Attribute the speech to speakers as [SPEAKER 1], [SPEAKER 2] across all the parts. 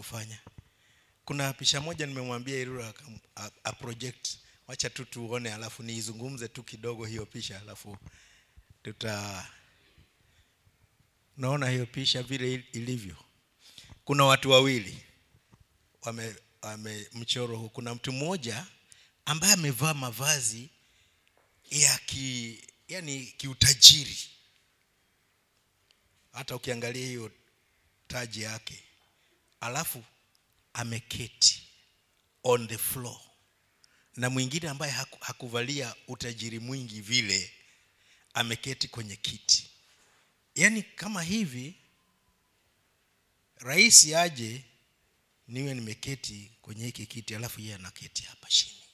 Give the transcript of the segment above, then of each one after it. [SPEAKER 1] kufanya kuna picha moja nimemwambia irura akam- a, a project wacha tu tuone alafu niizungumze tu kidogo hiyo picha alafu tuta naona hiyo picha vile il- ilivyo kuna watu wawili wame, wame mchoro huu kuna mtu mmoja ambaye amevaa mavazi ya ki yani kiutajiri hata ukiangalia hiyo taji yake alafu ameketi on the floor na mwingine ambaye haku, hakuvalia utajiri mwingi vile ameketi kwenye kiti yaani kama hivi rais aje niwe nimeketi kwenye hiki kiti alafu yeye anaketi hapa chini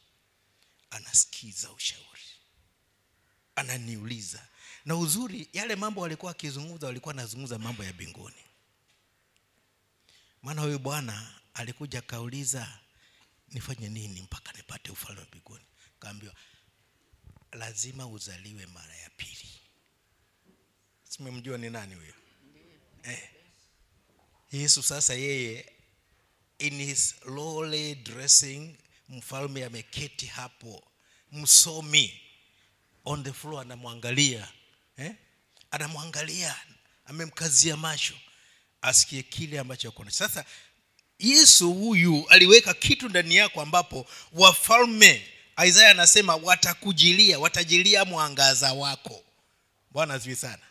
[SPEAKER 1] anasikiza ushauri ananiuliza na uzuri yale mambo walikuwa wakizungumza walikuwa anazungumza mambo ya mbinguni maana huyu bwana alikuja akauliza nifanye nini mpaka nipate ufalme wa mbinguni kaambiwa lazima uzaliwe mara ya pili simemjua ni nani huyo eh. yesu sasa yeye in his lowly dressing mfalme ameketi hapo msomi on the floor anamwangalia eh? anamwangalia amemkazia macho asikie kile ambacho akona sasa yesu huyu aliweka kitu ndani yako ambapo wafalme isaya anasema watakujilia watajilia mwangaza wako bwana asifiwe sana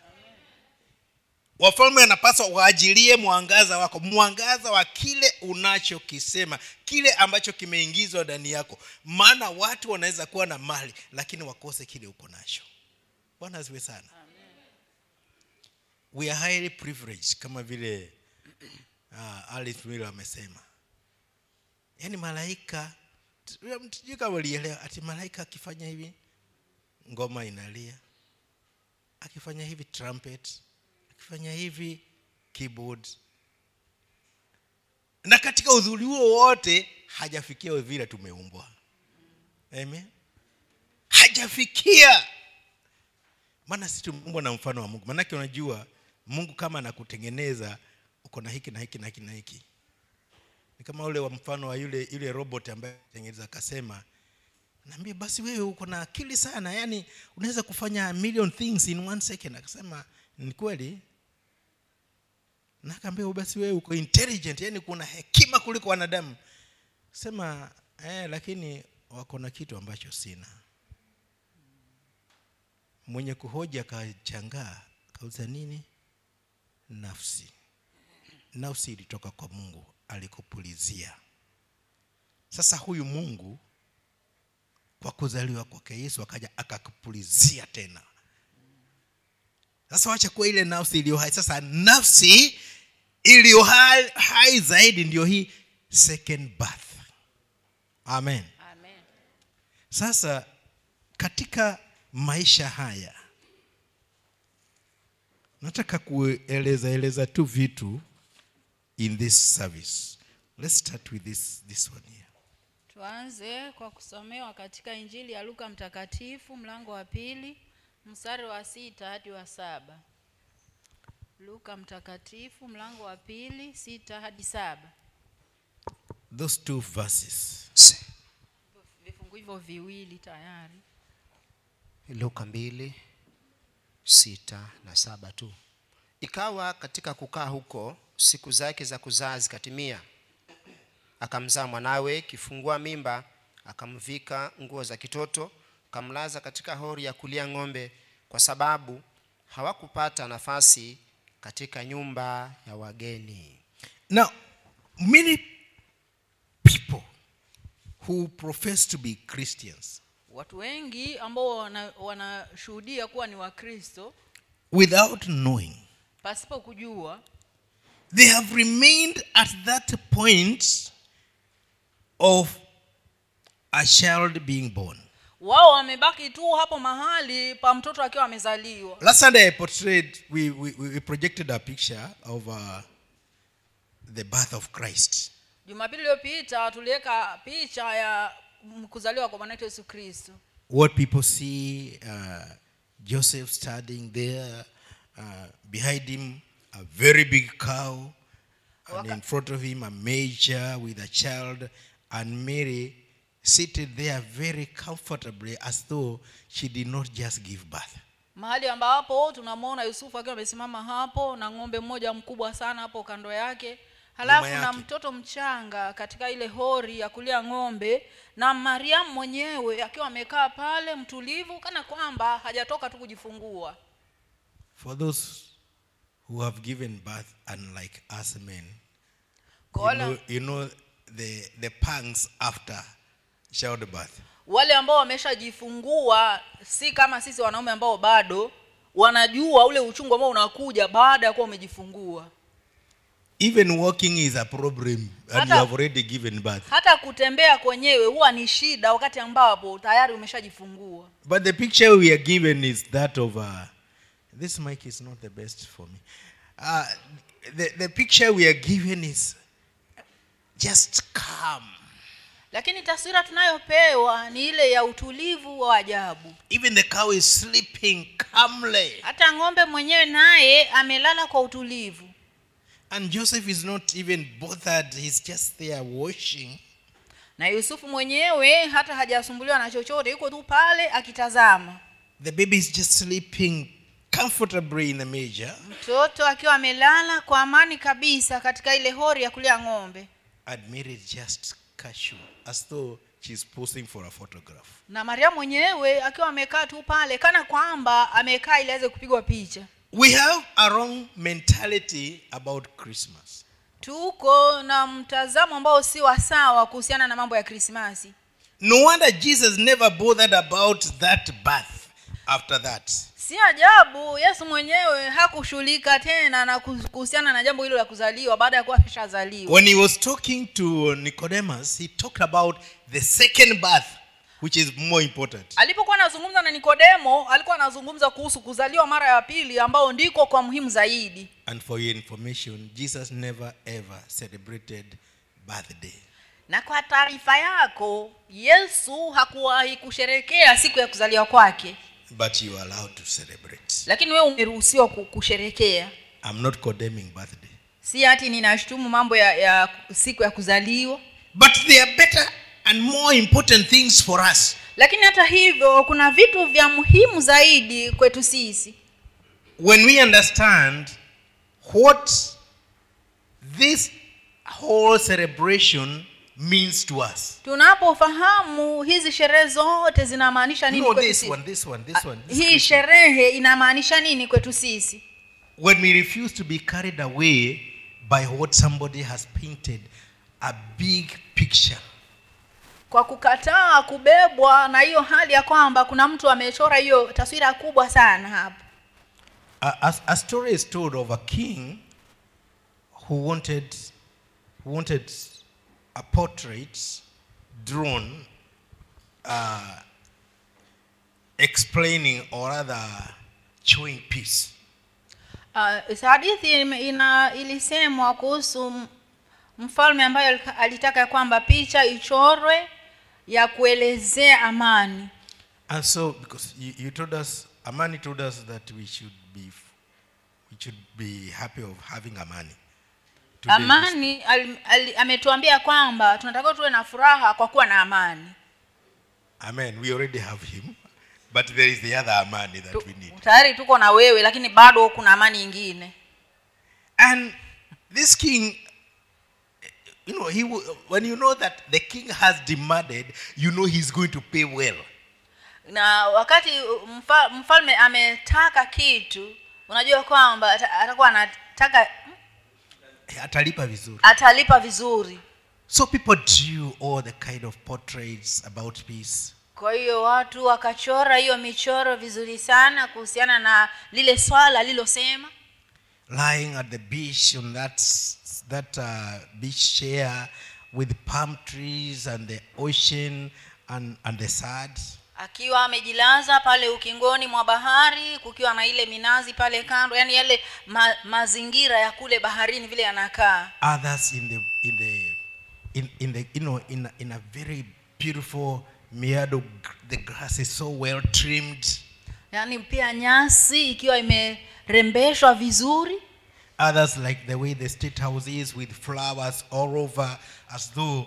[SPEAKER 1] wafalme anapaswa waajilie mwangaza wako mwangaza wa kile unachokisema kile ambacho kimeingizwa ndani yako maana watu wanaweza kuwa na mali lakini wakose kile uko nacho bwana ziwe sana we are highly privileged kama vile uh, alice Miller amesema yaani malaika sijui kama ulielewa ati malaika akifanya hivi ngoma inalia akifanya hivi trumpet akifanya hivi keyboard na katika udhuri huo wote hajafikia vile tumeumbwa amen hajafikia maana sisi tumeumbwa na mfano wa mungu maanake unajua mungu kama anakutengeneza uko na hiki na hiki na hiki na hiki ni kama ule wa mfano wa yule yule robot ambaye tengeneza akasema naambia basi wewe uko na akili sana yani unaweza kufanya a million things in one second akasema ni kweli na akaambia "Oh, basi wewe uko intelligent yani kuna hekima kuliko wanadamu sema eh, lakini wako na kitu ambacho sina mwenye kuhoji akachangaa kauza nini nafsi nafsi ilitoka kwa mungu alikupulizia sasa huyu mungu kwa kuzaliwa kwake yesu akaja akakupulizia tena sasa wacha kuwa ile nafsi iliyo hai sasa nafsi iliyo hai, hai zaidi ndiyo hii second birth amen
[SPEAKER 2] Amen.
[SPEAKER 1] sasa katika maisha haya nataka kueleza eleza tu vitu in this service let's start with this, this one here
[SPEAKER 2] Tuanze kwa kusomewa katika Injili ya Luka Mtakatifu mlango wa pili mstari wa sita hadi wa saba. Luka Mtakatifu mlango wa pili sita hadi saba.
[SPEAKER 1] those two verses
[SPEAKER 2] Vifungu hivyo viwili tayari.
[SPEAKER 3] luka mbili sita na saba tu ikawa katika kukaa huko siku zake za kuzaa zikatimia akamzaa mwanawe kifungua mimba akamvika nguo za kitoto akamlaza katika hori ya kulia ng'ombe kwa sababu hawakupata nafasi katika nyumba ya wageni
[SPEAKER 1] now many people who profess to be christians
[SPEAKER 2] Watu wengi ambao wana- wanashuhudia kuwa ni Wakristo
[SPEAKER 1] without knowing
[SPEAKER 2] pasipo kujua
[SPEAKER 1] they have remained at that point of a child being born.
[SPEAKER 2] wao wamebaki tu hapo mahali pa mtoto akiwa amezaliwa.
[SPEAKER 1] Last Sunday I portrayed, we, we, we projected a picture of uh, the birth of Christ.
[SPEAKER 2] Jumapili iliyopita tuliweka picha ya mm, kuzaliwa kwa Bwana wetu Yesu Kristo.
[SPEAKER 1] What people see, uh, Joseph standing there, uh, behind him, a very big cow, and in front of him a major with a child, and Mary seated there very comfortably as though she did not just give birth.
[SPEAKER 2] mahali ambapo tunamwona yusufu akiwa amesimama hapo na ng'ombe mmoja mkubwa sana hapo kando yake halafu
[SPEAKER 1] Nyuma
[SPEAKER 2] na
[SPEAKER 1] yake.
[SPEAKER 2] mtoto mchanga katika ile hori ya kulia ng'ombe na mariamu mwenyewe akiwa amekaa pale mtulivu kana kwamba hajatoka tu kujifungua
[SPEAKER 1] For those who have given birth, unlike us men,
[SPEAKER 2] Kwa
[SPEAKER 1] you
[SPEAKER 2] wala-
[SPEAKER 1] know, you know the, the pangs after childbirth.
[SPEAKER 2] wale ambao wameshajifungua si kama sisi wanaume ambao bado wanajua ule uchungu ambao unakuja baada ya kuwa umejifungua
[SPEAKER 1] Even walking is a problem, and you
[SPEAKER 2] Hata-
[SPEAKER 1] have already given birth.
[SPEAKER 2] hata kutembea kwenyewe huwa ni shida wakati ambapo tayari umeshajifungua
[SPEAKER 1] But the picture we are given is that of a. This mic is not the best for me. Uh, the, the picture we are given is just calm.
[SPEAKER 2] lakini taswira tunayopewa ni ile ya utulivu wa ajabu
[SPEAKER 1] Even the cow is sleeping calmly.
[SPEAKER 2] hata ng'ombe mwenyewe naye amelala kwa utulivu
[SPEAKER 1] And Joseph is not even bothered, he's just there washing.
[SPEAKER 2] na yusufu mwenyewe hata hajasumbuliwa na chochote yuko tu pale akitazama
[SPEAKER 1] The baby is just sleeping comfortably in the manger.
[SPEAKER 2] mtoto akiwa amelala kwa amani kabisa katika ile hori ya kulia ng'ombe
[SPEAKER 1] And Mary just casual, as though she's posing for a photograph.
[SPEAKER 2] na maria mwenyewe akiwa amekaa tu pale kana kwamba amekaa ili aweze kupigwa picha
[SPEAKER 1] We have a wrong mentality about Christmas.
[SPEAKER 2] tuko na mtazamo ambao si wa sawa kuhusiana na mambo ya krismasi
[SPEAKER 1] No wonder Jesus never bothered about that birth after that.
[SPEAKER 2] si ajabu yesu mwenyewe hakushughulika tena na kuhusu- kuhusiana na jambo hilo la kuzaliwa baada ya kuwa ameshazaliwa
[SPEAKER 1] When he was talking to Nicodemus, he talked about the second birth, which is more important.
[SPEAKER 2] alipokuwa anazungumza na nikodemo alikuwa anazungumza kuhusu kuzaliwa mara ya pili ambao ndiko kwa muhimu zaidi
[SPEAKER 1] And for your information, Jesus never ever celebrated birthday.
[SPEAKER 2] na kwa taarifa yako yesu hakuwahi kusherekea siku ya kuzaliwa kwake
[SPEAKER 1] But you are allowed to celebrate.
[SPEAKER 2] lakini wewe umeruhusiwa ku- kusherekea
[SPEAKER 1] I'm not condemning birthday.
[SPEAKER 2] si hati ninashutumu mambo ya, ya siku ya kuzaliwa
[SPEAKER 1] But there are better and more important things for us.
[SPEAKER 2] lakini hata hivyo kuna vitu vya muhimu zaidi kwetu sisi
[SPEAKER 1] when we understand what this whole celebration means to us.
[SPEAKER 2] tunapofahamu hizi sherehe zote zinamaanisha nini
[SPEAKER 1] No,
[SPEAKER 2] kwetu
[SPEAKER 1] this
[SPEAKER 2] sisi.
[SPEAKER 1] one, this one, this one. this
[SPEAKER 2] hii
[SPEAKER 1] Christmas.
[SPEAKER 2] sherehe inamaanisha nini kwetu sisi
[SPEAKER 1] When we refuse to be carried away by what somebody has painted, a big picture.
[SPEAKER 2] kwa kukataa kubebwa na hiyo hali ya kwamba kuna mtu amechora hiyo taswira kubwa sana hapo
[SPEAKER 1] A, a, a story is told of a king who wanted, who wanted a portrait drawn uh, explaining or rather showing peace.
[SPEAKER 2] uh, hadithi ime- ina ilisemwa kuhusu m- mfalme ambaye alika- alitaka kwamba picha ichorwe ya kuelezea amani
[SPEAKER 1] And so, because you, you told us, Amani told us that we should be, f- we should be happy of having Amani. today.
[SPEAKER 2] amani al, al, ametuambia kwamba tunatakiwa tuwe na furaha kwa kuwa na amani
[SPEAKER 1] Amen. We already have him, but there is the other Amani that
[SPEAKER 2] Tu-
[SPEAKER 1] we need.
[SPEAKER 2] tayari tuko na wewe lakini bado kuna amani ingine
[SPEAKER 1] And this king, you know, he wa- when you know that the king has demanded, you know he's going to pay well.
[SPEAKER 2] na wakati mfa, mfalme ametaka kitu unajua kwamba ata- atakuwa anataka
[SPEAKER 1] Eh, Atalipa vizuri.
[SPEAKER 2] atalipa vizuri
[SPEAKER 1] So people drew all the kind of portraits about peace.
[SPEAKER 2] kwa hiyo watu wakachora hiyo michoro vizuri sana kuhusiana na lile swala alilosema
[SPEAKER 1] lying at the beach on that s- that uh, beach chair with palm trees and the ocean and and the sad
[SPEAKER 2] akiwa amejilaza pale ukingoni mwa bahari kukiwa na ile minazi pale kando yaani yale ma, mazingira ya kule baharini vile yanakaa
[SPEAKER 1] others in the in the in, in the you know in a, in a very beautiful meadow gr- the grass is so well trimmed
[SPEAKER 2] yaani pia nyasi ikiwa imerembeshwa vizuri
[SPEAKER 1] Others, like the way the state house is with flowers all over, as though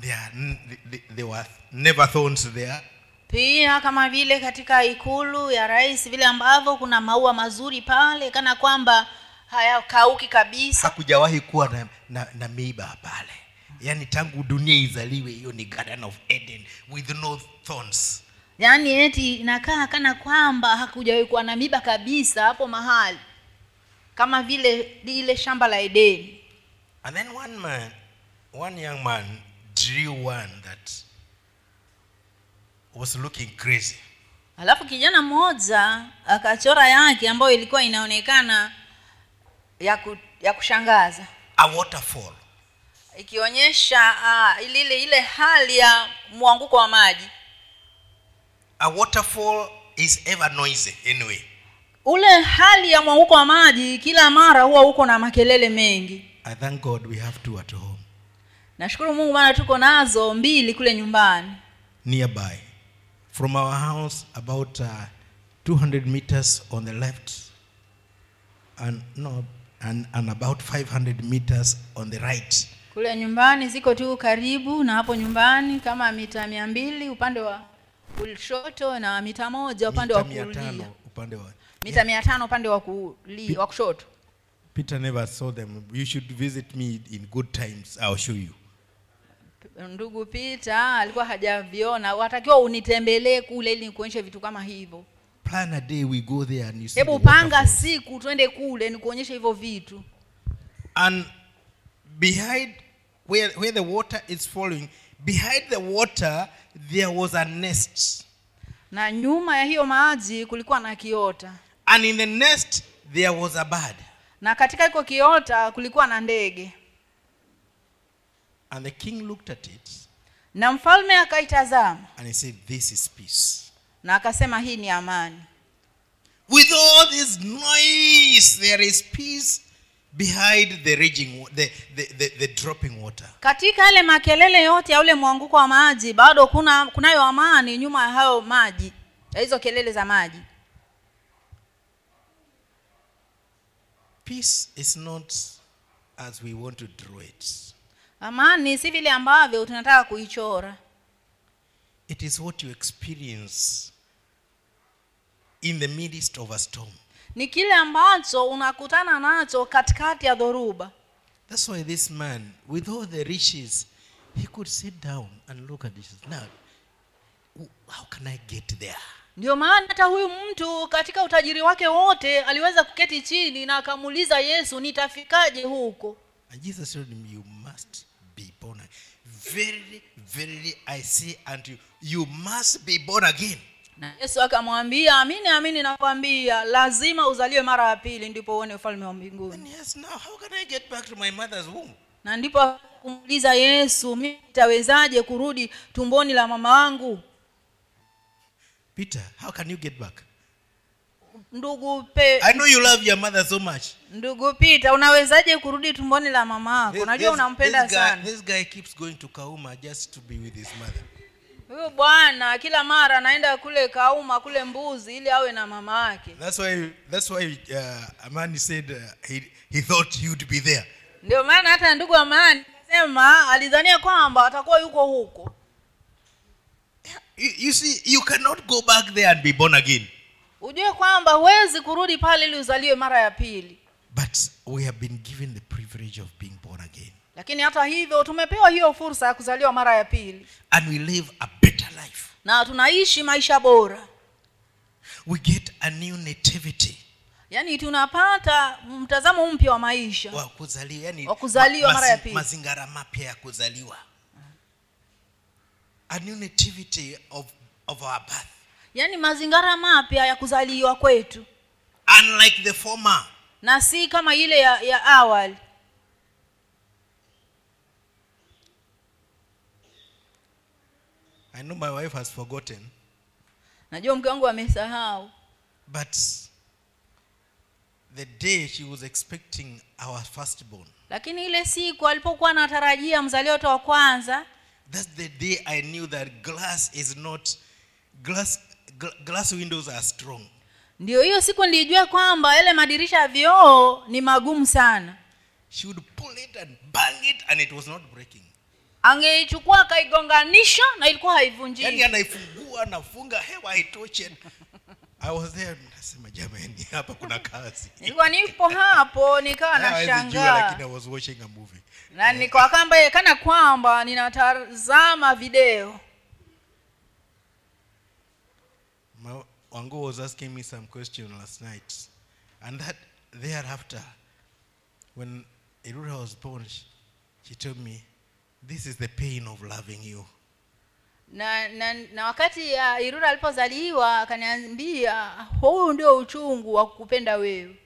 [SPEAKER 1] they, are, n- they, they were never thorns there.
[SPEAKER 2] pia kama vile katika ikulu ya rais vile ambavyo kuna maua mazuri pale kana kwamba hayakauki kabisa
[SPEAKER 1] hakujawahi kuwa na, na, na miiba pale yaani tangu dunia izaliwe hiyo ni garden of eden with no thorns
[SPEAKER 2] yaani eti inakaa kana kwamba hakujawahi kuwa na miba kabisa hapo mahali kama vile lile shamba la edeni
[SPEAKER 1] and then one man one young man drew one that was looking crazy
[SPEAKER 2] alafu kijana mmoja akachora yake ambayo ilikuwa inaonekana ya, ku, ya kushangaza
[SPEAKER 1] a waterfall
[SPEAKER 2] ikionyesha ah, ile ile hali ya mwanguko wa maji
[SPEAKER 1] a waterfall is ever noisy anyway
[SPEAKER 2] ule hali ya mwanguko wa maji kila mara huwa uko na makelele mengi
[SPEAKER 1] i thank god we have two at home
[SPEAKER 2] nashukuru mungu maana tuko nazo mbili kule nyumbani
[SPEAKER 1] nearby from our house about uh, 200 meters on the left and no and, and about 500 meters on the right
[SPEAKER 2] kule nyumbani ziko tu karibu na hapo nyumbani kama mita mia mbili upande wa kushoto na mita moja upande wa
[SPEAKER 1] Mita mia
[SPEAKER 2] kulia
[SPEAKER 1] tano, upande wa
[SPEAKER 2] mita mia tano upande wa kulia wa kushoto
[SPEAKER 1] peter never saw them you should visit me in good times i'll show you
[SPEAKER 2] ndugu pita alikuwa hajaviona watakiwa unitembelee kule ili nikuonyeshe vitu kama hivyo
[SPEAKER 1] plan a day we go there and you see
[SPEAKER 2] hebu
[SPEAKER 1] the
[SPEAKER 2] panga
[SPEAKER 1] waterfalls.
[SPEAKER 2] siku twende kule nikuonyeshe hivyo vitu
[SPEAKER 1] and behind where, where the water is falling behind the water there was a nest
[SPEAKER 2] na nyuma ya hiyo maji kulikuwa na kiota
[SPEAKER 1] and in the nest there was a bird
[SPEAKER 2] na katika hiko kiota kulikuwa na ndege
[SPEAKER 1] And the king looked at it
[SPEAKER 2] na mfalme akaitazama
[SPEAKER 1] and he said, This is peace.
[SPEAKER 2] na akasema hii ni amani
[SPEAKER 1] With all this noise, there is peace behind the raging, wa- the, the, the, the dropping water.
[SPEAKER 2] katika yale makelele yote ya ule mwanguko wa maji bado kuna kunayo amani nyuma ya hayo maji ya hizo kelele za maji
[SPEAKER 1] Peace is not as we want to draw it,
[SPEAKER 2] amani si vile ambavyo tunataka kuichora
[SPEAKER 1] it is what you experience in the midst of a storm.
[SPEAKER 2] ni kile ambacho unakutana nacho katikati ya dhoruba
[SPEAKER 1] That's why this man, with all the riches, he could sit down and look at this. Now, w- how can I get there?
[SPEAKER 2] ndio maana hata huyu mtu katika utajiri wake wote aliweza kuketi chini na akamuuliza yesu nitafikaje huko
[SPEAKER 1] And Jesus told him, You must be born again. Verily, verily, I say unto you, you must be born again.
[SPEAKER 2] na yesu akamwambia amini amini nakwambia lazima uzaliwe mara ya pili ndipo uone ufalme wa mbinguni
[SPEAKER 1] And yes, now how can I get back to my mother's womb?
[SPEAKER 2] na ndipo kumuuliza yesu mimi nitawezaje kurudi tumboni la mama wangu
[SPEAKER 1] Peter, how can you get back?
[SPEAKER 2] ndugu pe,
[SPEAKER 1] I know you love your mother so much.
[SPEAKER 2] ndugu pita unawezaje kurudi tumboni la mama yako
[SPEAKER 1] This-
[SPEAKER 2] Ah, unajua
[SPEAKER 1] this-
[SPEAKER 2] unampenda
[SPEAKER 1] this guy,
[SPEAKER 2] sana
[SPEAKER 1] This guy keeps going to Kauma just to be with his mother.
[SPEAKER 2] huyu bwana kila mara anaenda kule kauma kule mbuzi ili awe na mama yake
[SPEAKER 1] That's why, that's why uh, Amani said uh, he, he thought you'd be there.
[SPEAKER 2] ndio maana hata ndugu amani sema alidhania kwamba atakuwa yuko huko
[SPEAKER 1] You, you see, you cannot go back there and be born again.
[SPEAKER 2] ujue kwamba huwezi kurudi pale ili uzaliwe mara ya pili
[SPEAKER 1] But we have been given the privilege of being born again.
[SPEAKER 2] lakini hata hivyo tumepewa hiyo fursa ya kuzaliwa mara ya pili
[SPEAKER 1] and we live a better life.
[SPEAKER 2] na tunaishi maisha bora
[SPEAKER 1] We get a new nativity.
[SPEAKER 2] yaani tunapata mtazamo mpya wa maisha
[SPEAKER 1] Wa kuzaliwa, yani
[SPEAKER 2] Wa kuzaliwa mara ya
[SPEAKER 1] mazi-
[SPEAKER 2] pili.
[SPEAKER 1] mazingara mapya ya kuzaliwa. A new nativity of, of our birth.
[SPEAKER 2] yaani mazingara mapya ya kuzaliwa kwetu
[SPEAKER 1] Unlike the former,
[SPEAKER 2] na si kama ile ya, ya awali
[SPEAKER 1] I know my wife has forgotten,
[SPEAKER 2] najua mke wangu amesahau
[SPEAKER 1] but the day she was expecting our firstborn,
[SPEAKER 2] lakini ile siku alipokuwa anatarajia mzaliwa wote wa kwanza
[SPEAKER 1] that's the day I knew that glass is not, glass, gl- glass windows are strong.
[SPEAKER 2] ndio hiyo siku nilijua kwamba yale madirisha ya vioo ni magumu sana
[SPEAKER 1] She would pull it and bang it and it was not breaking.
[SPEAKER 2] angeichukua akaigonganisha na ilikuwa
[SPEAKER 1] Yaani
[SPEAKER 2] haivunjiki
[SPEAKER 1] anaifungua anafunga hewa haitoche. I was there nasema jamani hapa kuna kazi.
[SPEAKER 2] nilikuwa nipo hapo nikawa
[SPEAKER 1] Yaani, Hawezi jua,
[SPEAKER 2] nashangaa
[SPEAKER 1] lakini I was watching a movie.
[SPEAKER 2] na nikawa kamba kana kwamba ninatazama video
[SPEAKER 1] My Wango was asking me some question last night, and that thereafter, when Irura was born, she, she told me, "This is the pain of loving you."
[SPEAKER 2] na, na, na wakati ya irura alipozaliwa akaniambia huu ndio uchungu wa kukupenda wewe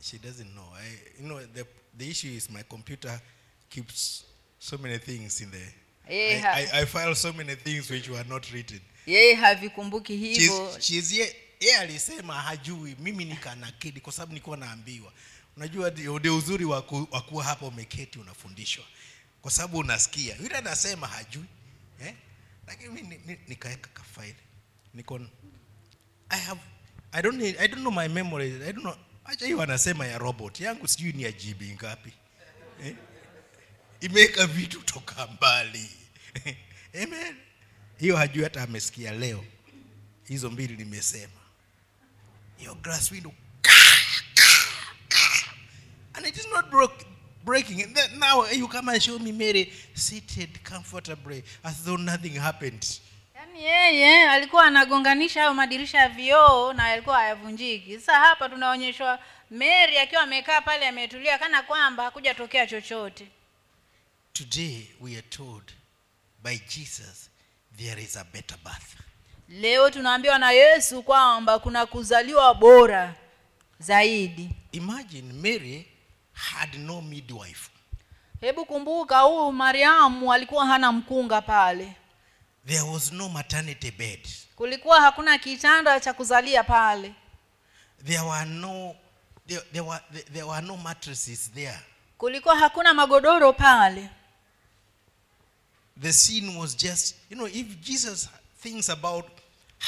[SPEAKER 1] She doesn't know. I, you know, the the issue is my computer keeps so many things in there.
[SPEAKER 2] yeye ha-
[SPEAKER 1] I, I, I file so many things which were not written.
[SPEAKER 2] yeye havikumbuki
[SPEAKER 1] She's,
[SPEAKER 2] hivyo
[SPEAKER 1] she's ye, yeye alisema hajui, mimi nikanakidi kwa sababu nilikuwa naambiwa. Unajua ndio ndio uzuri wa ku- wa kuwa hapa umeketi unafundishwa, kwa sababu unasikia yule anasema hajui eh? Lakini mimi ni- ni- nikaweka kafaili niko I have I don't need, I don't know my memory I don't know. Acha hiyo anasema ya robot yangu sijui ni ya GB ngapi eh? imeweka vitu toka mbali amen. Hiyo hajui hata amesikia leo hizo mbili nimesema your glass window and it is not broke, breaking and then now eh, you come and show me mary seated comfortably as though nothing happened
[SPEAKER 2] yaani yeye alikuwa anagonganisha hayo madirisha ya vioo na yalikuwa hayavunjiki sasa hapa tunaonyeshwa mary akiwa amekaa pale ametulia kana kwamba hakuja tokea chochote
[SPEAKER 1] today we are told by jesus there is a better birth
[SPEAKER 2] leo tunaambiwa na yesu kwamba kuna kuzaliwa bora zaidi
[SPEAKER 1] imagine mary had no midwife
[SPEAKER 2] hebu kumbuka huyu mariamu alikuwa hana mkunga pale
[SPEAKER 1] there was no maternity bed
[SPEAKER 2] kulikuwa hakuna kitanda cha kuzalia pale
[SPEAKER 1] there were no there, there were there were no mattresses there
[SPEAKER 2] kulikuwa hakuna magodoro pale
[SPEAKER 1] the scene was just you know if jesus thinks about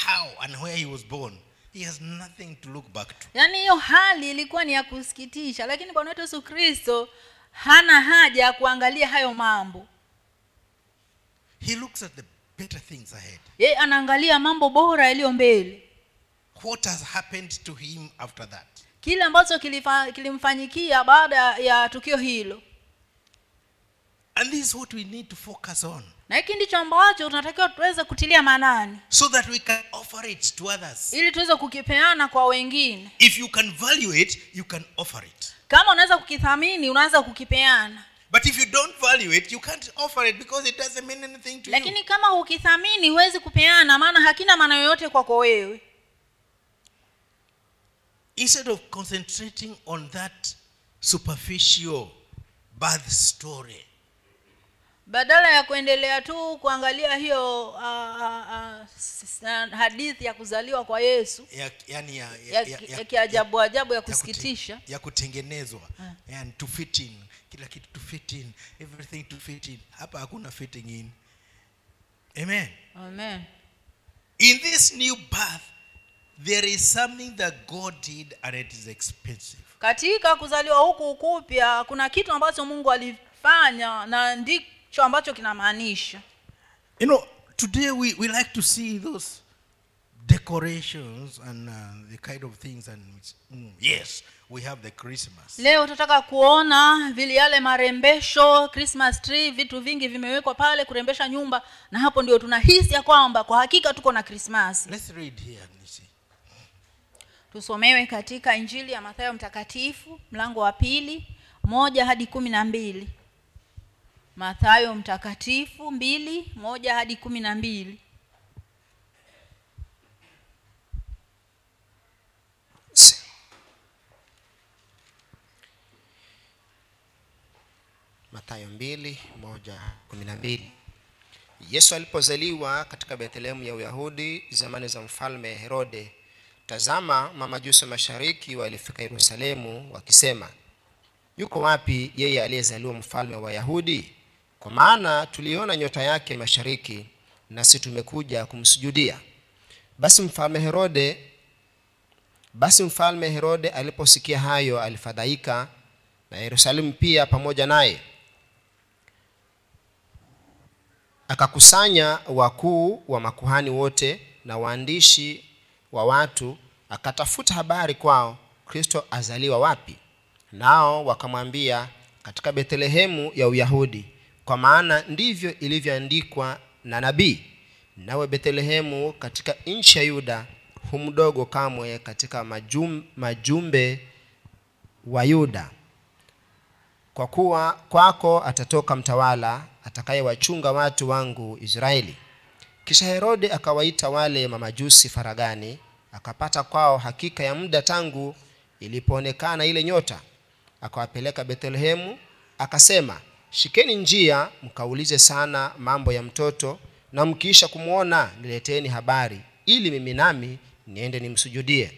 [SPEAKER 1] how and where he was born he has nothing to look back to
[SPEAKER 2] yaani hiyo hali ilikuwa ni ya kusikitisha lakini bwana wetu yesu kristo hana haja ya kuangalia hayo mambo
[SPEAKER 1] he looks at the better things ahead
[SPEAKER 2] yeye anaangalia mambo bora yaliyo mbele
[SPEAKER 1] what has happened to him after that
[SPEAKER 2] kile ambacho kilifa, kilimfanyikia baada ya tukio hilo
[SPEAKER 1] and this is what we need to focus on
[SPEAKER 2] na hiki ndicho ambacho tunatakiwa tuweze kutilia maanani
[SPEAKER 1] so that we can offer it to others
[SPEAKER 2] ili tuweze kukipeana kwa wengine
[SPEAKER 1] if you can value it you can offer it
[SPEAKER 2] kama unaweza kukithamini unaweza kukipeana
[SPEAKER 1] but if you don't value it you can't offer it because it doesn't mean anything to you
[SPEAKER 2] lakini kama hukithamini huwezi kupeana maana hakina maana yoyote kwako wewe
[SPEAKER 1] instead of concentrating on that superficial birth story
[SPEAKER 2] badala ya kuendelea tu kuangalia hiyo ah, ah, ah, s- s- ah, hadithi ya kuzaliwa kwa yesu
[SPEAKER 1] ya, yani ya, ya,
[SPEAKER 2] ya
[SPEAKER 1] ya,
[SPEAKER 2] ki-
[SPEAKER 1] ya,
[SPEAKER 2] ya kiajabu ajabu ya
[SPEAKER 1] ya kute-
[SPEAKER 2] kusikitisha Ah.
[SPEAKER 1] ya kutengenezwa yani to fit in kila kitu to fit in everything to fit in hapa hakuna fitting in amen
[SPEAKER 2] amen
[SPEAKER 1] in this new birth there is something that god did and it is expensive
[SPEAKER 2] katika kuzaliwa huku kupya kuna kitu ambacho mungu alifanya na ndicho ambacho kinamaanisha
[SPEAKER 1] you know today we, we like to see those decorations and uh, the kind of things and it's, mm, yes we have the christmas
[SPEAKER 2] leo tunataka kuona vile yale marembesho christmas tree vitu vingi vimewekwa pale kurembesha nyumba na hapo ndio tunahisi ya kwamba kwa hakika tuko na krismasi
[SPEAKER 1] let's read here and see
[SPEAKER 2] tusomewe katika injili ya mathayo mtakatifu mlango wa pili moja hadi kumi na mbili mathayo mtakatifu mbili moja hadi kumi na mbili
[SPEAKER 3] Si- Mathayo mbili moja kumi na mbili. Yesu alipozaliwa katika Bethlehemu ya Uyahudi zamani za mfalme Herode, tazama mamajusi wa mashariki walifika Yerusalemu wakisema, yuko wapi yeye aliyezaliwa mfalme wa Wayahudi? Kwa maana tuliona nyota yake mashariki, nasi tumekuja kumsujudia. Basi mfalme Herode basi mfalme herode aliposikia hayo alifadhaika na yerusalemu pia pamoja naye akakusanya wakuu wa makuhani wote na waandishi wa watu akatafuta habari kwao kristo azaliwa wapi nao wakamwambia katika bethlehemu ya uyahudi kwa maana ndivyo ilivyoandikwa na nabii nawe bethlehemu katika nchi ya yuda hu mdogo kamwe katika majum, majumbe wa yuda kwa kuwa kwako atatoka mtawala atakayewachunga watu wangu israeli kisha herode akawaita wale mamajusi faragani akapata kwao hakika ya muda tangu ilipoonekana ile nyota akawapeleka bethlehemu akasema shikeni njia mkaulize sana mambo ya mtoto na mkiisha kumwona nileteeni habari ili mimi nami niende nimsujudie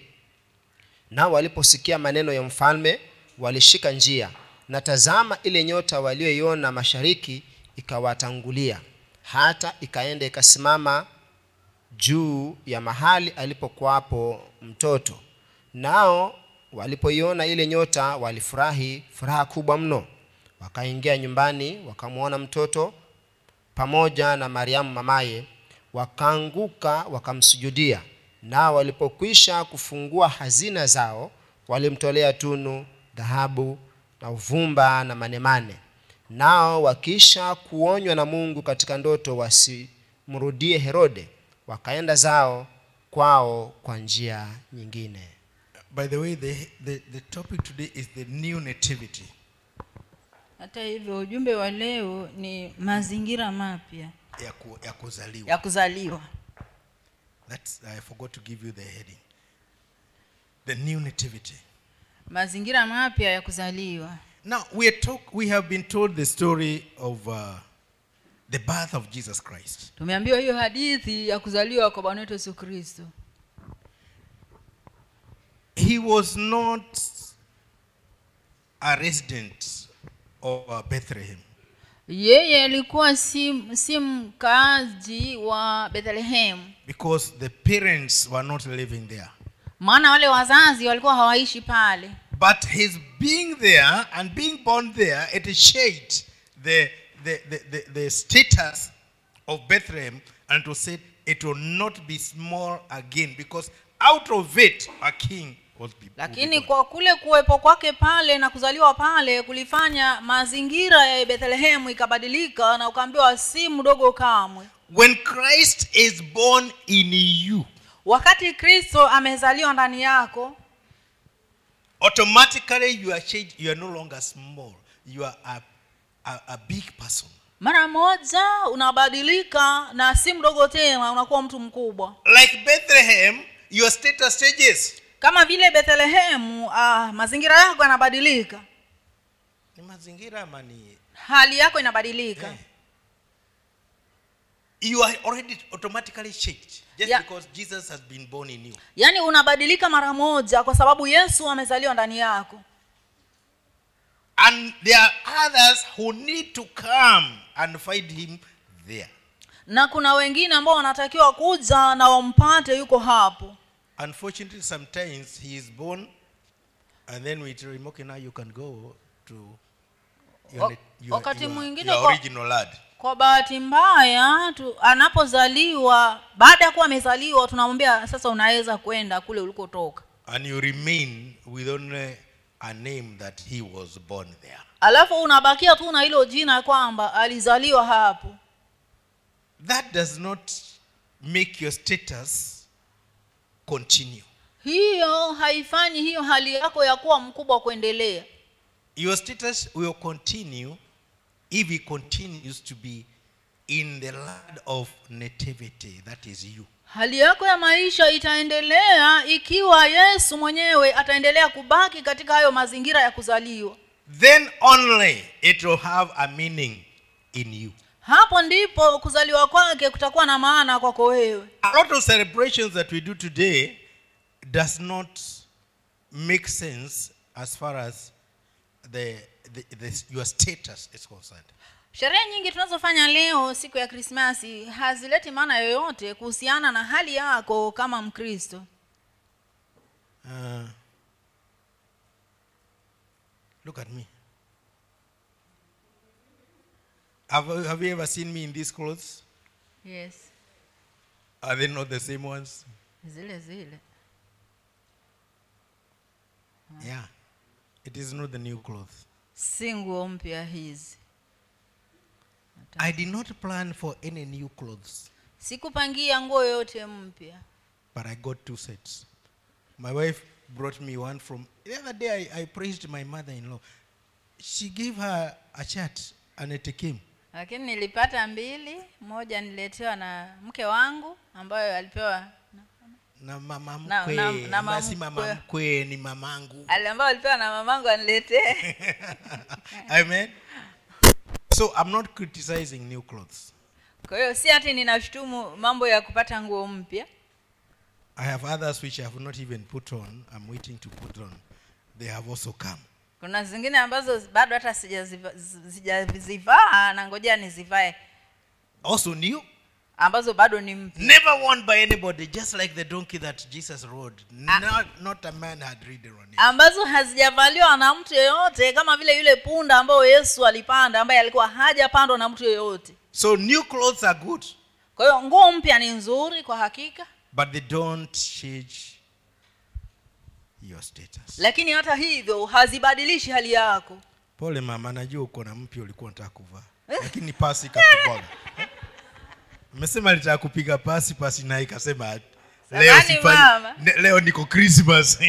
[SPEAKER 3] nao waliposikia maneno ya mfalme walishika njia na tazama ile nyota walioiona mashariki ikawatangulia hata ikaenda ikasimama juu ya mahali alipokuwapo mtoto nao walipoiona ile nyota walifurahi furaha kubwa mno wakaingia nyumbani wakamwona mtoto pamoja na mariamu mamaye wakaanguka wakamsujudia nao walipokwisha kufungua hazina zao walimtolea tunu dhahabu na uvumba na manemane nao wakiisha kuonywa na mungu katika ndoto wasimrudie herode wakaenda zao kwao kwa njia nyingine
[SPEAKER 1] By the way, the, the, the topic today is the new nativity.
[SPEAKER 2] hata hivyo ujumbe wa leo ni mazingira mapya
[SPEAKER 1] ya ku- ya kuzaliwa.
[SPEAKER 2] ya kuzaliwa
[SPEAKER 1] That's, I forgot to give you the heading. The new nativity.
[SPEAKER 2] mazingira mapya ya kuzaliwa
[SPEAKER 1] Now, we, are talk, we have been told the story of uh, the birth of Jesus Christ.
[SPEAKER 2] tumeambiwa hiyo hadithi ya kuzaliwa kwa bwana wetu yesu kristo
[SPEAKER 1] He was not a resident of uh, Bethlehem.
[SPEAKER 2] yeye alikuwa si, si mkaaji wa bethlehemu
[SPEAKER 1] because the parents were not living there.
[SPEAKER 2] maana wale wazazi walikuwa hawaishi pale
[SPEAKER 1] But his being there and being born there, it shaped the, the, the, the, the status of Bethlehem and to say it will not be small again because out of it a king was be- will be
[SPEAKER 2] lakini
[SPEAKER 1] born.
[SPEAKER 2] kwa kule kuwepo kwake pale na kuzaliwa pale kulifanya mazingira ya bethlehemu ikabadilika na ukaambiwa si mdogo kamwe
[SPEAKER 1] When Christ is born in you,
[SPEAKER 2] wakati kristo amezaliwa ndani yako
[SPEAKER 1] automatically you are changed. You are no longer small. You are a, a, a big person.
[SPEAKER 2] mara moja unabadilika na si mdogo tena unakuwa mtu mkubwa
[SPEAKER 1] Like Bethlehem, your status changes.
[SPEAKER 2] kama vile bethlehemu ah, mazingira yako yanabadilika
[SPEAKER 1] ni mazingira ama ni
[SPEAKER 2] hali yako inabadilika
[SPEAKER 1] eh. you are already automatically shaped just
[SPEAKER 2] Yeah.
[SPEAKER 1] because jesus has been born in you
[SPEAKER 2] yaani unabadilika mara moja kwa sababu yesu amezaliwa ndani yako
[SPEAKER 1] and there are others who need to come and find him there
[SPEAKER 2] na kuna wengine ambao wanatakiwa kuja na wampate yuko hapo
[SPEAKER 1] unfortunately sometimes he is born and then we tell him okay now you can go to your,
[SPEAKER 2] Wa-
[SPEAKER 1] na-
[SPEAKER 2] wakati mwingine
[SPEAKER 1] your
[SPEAKER 2] kwa-
[SPEAKER 1] original lad
[SPEAKER 2] kwa bahati mbaya tu, anapozaliwa baada ya kuwa amezaliwa tunamwambia sasa unaweza kwenda kule ulikotoka
[SPEAKER 1] and you remain with only a name that he was born there
[SPEAKER 2] alafu unabakia tu na hilo jina kwamba alizaliwa hapo
[SPEAKER 1] that does not make your status continue.
[SPEAKER 2] hiyo haifanyi hiyo hali yako ya kuwa mkubwa kuendelea
[SPEAKER 1] Your status will continue if it continues to be in the land of nativity, that is you.
[SPEAKER 2] hali yako ya maisha itaendelea ikiwa yesu mwenyewe ataendelea kubaki katika hayo mazingira ya kuzaliwa
[SPEAKER 1] Then only it will have a meaning in you.
[SPEAKER 2] hapo ndipo kuzaliwa kwake kutakuwa na maana kwako wewe
[SPEAKER 1] A lot of celebrations that we do today does not make sense as far as the, the, the, your status is concerned.
[SPEAKER 2] sherehe nyingi tunazofanya leo siku ya krismasi hazileti maana yoyote kuhusiana na hali yako kama mkristo
[SPEAKER 1] Uh, Uh, look at me. Have, have you ever seen me in these clothes?
[SPEAKER 2] yes
[SPEAKER 1] Are they not the same ones?
[SPEAKER 2] zile zile
[SPEAKER 1] Yeah. It is not the new clothes.
[SPEAKER 2] si nguo mpya hizi uh,
[SPEAKER 1] I did not plan for any new clothes,
[SPEAKER 2] sikupangia nguo yoyote mpya
[SPEAKER 1] but I got two sets. My wife brought me one from the other day. I, I praised my mother in law. She gave her a shirt and it came.
[SPEAKER 2] lakini nilipata mbili moja niletewa na mke wangu ambayo alipewa
[SPEAKER 1] na mama
[SPEAKER 2] Na-
[SPEAKER 1] mkwe
[SPEAKER 2] na- na
[SPEAKER 1] Ama si
[SPEAKER 2] mama
[SPEAKER 1] mama mkwe ni mamangu
[SPEAKER 2] ali ambayo alipewa na mamangu aniletee
[SPEAKER 1] amen so i'm not criticizing new clothes
[SPEAKER 2] kwa hiyo si hati ninashutumu mambo ya kupata nguo mpya
[SPEAKER 1] i have others which i have not even put on i'm waiting to put on they have also come
[SPEAKER 2] kuna zingine ambazo bado hata sijaziva- zi- sijazivaa na ngojea nizivae
[SPEAKER 1] also new
[SPEAKER 2] ambazo bado ni mpya
[SPEAKER 1] never worn by anybody just like the donkey that jesus rode not, not a man had ridden on it
[SPEAKER 2] ambazo hazijavaliwa na mtu yeyote kama vile yule punda ambao yesu alipanda ambaye alikuwa hajapandwa na mtu yeyote
[SPEAKER 1] so new clothes are good
[SPEAKER 2] kwa hiyo nguo mpya ni nzuri kwa hakika
[SPEAKER 1] but they don't change your status
[SPEAKER 2] lakini hata hivyo hazibadilishi hali yako
[SPEAKER 1] pole mama najua uko na mpya ulikuwa unataka kuvaa lakini pasi ikakubwaga amesema litaka kupiga pasi pasi naye ikasema leo,
[SPEAKER 2] Samahani,
[SPEAKER 1] sifanyi-
[SPEAKER 2] mama."
[SPEAKER 1] ne, leo niko christmas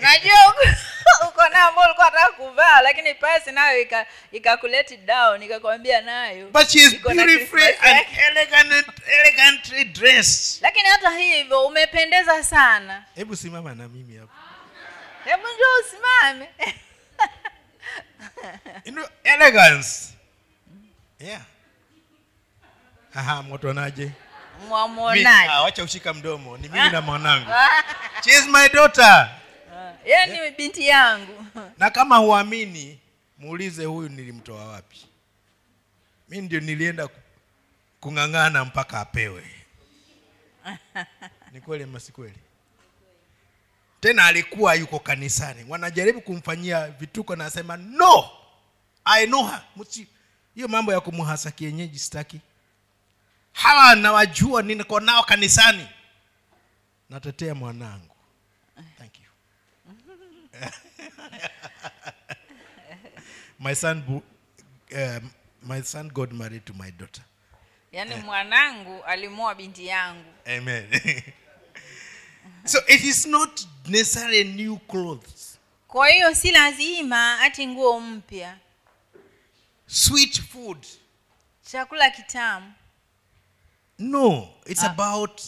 [SPEAKER 2] najua uko- uko nayo ambao ulikuwa unataka kuvaa lakini pasi nayo ika- ikakuleti down ikakwambia nayo
[SPEAKER 1] but she is
[SPEAKER 2] Niko na
[SPEAKER 1] beautiful
[SPEAKER 2] Christmas
[SPEAKER 1] and
[SPEAKER 2] yake.
[SPEAKER 1] elegant, elegantly dressed
[SPEAKER 2] lakini hata hivyo umependeza sana
[SPEAKER 1] hebu simama na mimi hapa
[SPEAKER 2] hebu njoo usimame
[SPEAKER 1] you know, elegance yeah aha mwotonaje Mi-
[SPEAKER 2] mwamwonaje
[SPEAKER 1] ah, wacha ushika mdomo ni mimi na mwanangu
[SPEAKER 2] Ah.
[SPEAKER 1] she is my daughter
[SPEAKER 2] yeye ni binti yangu
[SPEAKER 1] na kama huamini muulize huyu nilimtoa wapi mi ndio nilienda ku- kung'ang'ana mpaka apewe ni kweli ama si kweli tena alikuwa yuko kanisani wanajaribu kumfanyia vituko na asema no I know her Msi- hiyo mambo ya kumhasa kienyeji sitaki hawa nawajua niko nao kanisani natetea mwanangu thank you my son bu- um, my son got married to my daughter
[SPEAKER 2] yaani mwanangu alimoa binti yangu
[SPEAKER 1] amen so it is not necessarily new clothes
[SPEAKER 2] kwa hiyo si lazima ati nguo mpya
[SPEAKER 1] sweet food
[SPEAKER 2] chakula kitamu
[SPEAKER 1] no it's about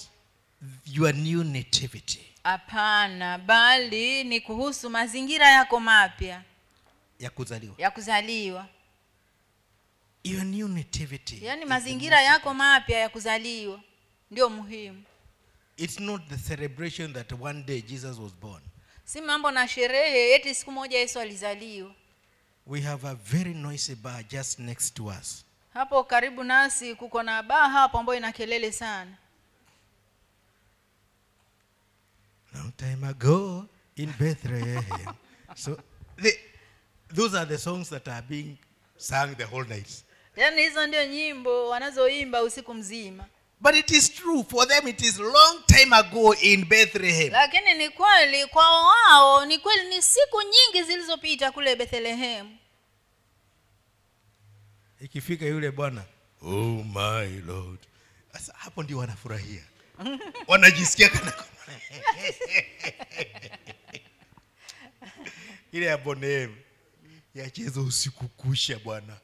[SPEAKER 1] your new nativity
[SPEAKER 2] hapana bali ni kuhusu mazingira yako mapya
[SPEAKER 1] ya kuzaliwa
[SPEAKER 2] ya kuzaliwa
[SPEAKER 1] your new nativity
[SPEAKER 2] yaani
[SPEAKER 1] is
[SPEAKER 2] mazingira yako mapya ya kuzaliwa ndio muhimu
[SPEAKER 1] the- it's not the celebration that one day jesus was born
[SPEAKER 2] si mambo na sherehe eti siku moja yesu alizaliwa
[SPEAKER 1] we have a very noisy bar just next to us
[SPEAKER 2] hapo karibu nasi kuko na baa hapo ambayo ina kelele sana
[SPEAKER 1] long time ago in Bethlehem. so the, those are the songs that are being sung the whole night.
[SPEAKER 2] yaani hizo ndio nyimbo wanazoimba usiku mzima
[SPEAKER 1] But it is true for them. It is long time ago in Bethlehem.
[SPEAKER 2] lakini ni kweli kwao wao ni kweli ni siku nyingi zilizopita kule bethlehemu
[SPEAKER 1] Ikifika yule bwana, oh my lord. Sasa hapo ndio wanafurahia, wanajisikia kana kwamba- ile ya Bethlehem yacheza usiku kusha bwana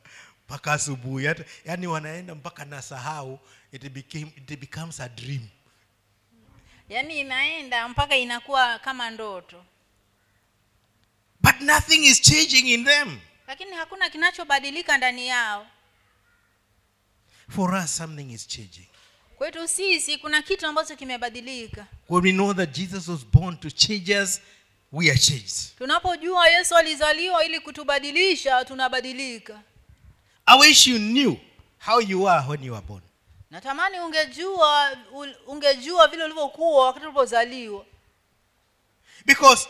[SPEAKER 1] mpaka asubuhi, hata yani wanaenda mpaka nasahau it, became, it becomes a dream.
[SPEAKER 2] yaani inaenda mpaka inakuwa kama ndoto
[SPEAKER 1] But nothing is changing in them.
[SPEAKER 2] lakini hakuna kinachobadilika ndani yao
[SPEAKER 1] For us, something is changing.
[SPEAKER 2] kwetu sisi kuna kitu ambacho kimebadilika
[SPEAKER 1] When we know that Jesus was born to change us, we are changed.
[SPEAKER 2] tunapojua yesu alizaliwa ili kutubadilisha tunabadilika
[SPEAKER 1] I wish you knew how you are when you were born.
[SPEAKER 2] natamani ungejua ul- ungejua vile ulivyokuwa wakati ulipozaliwa
[SPEAKER 1] Because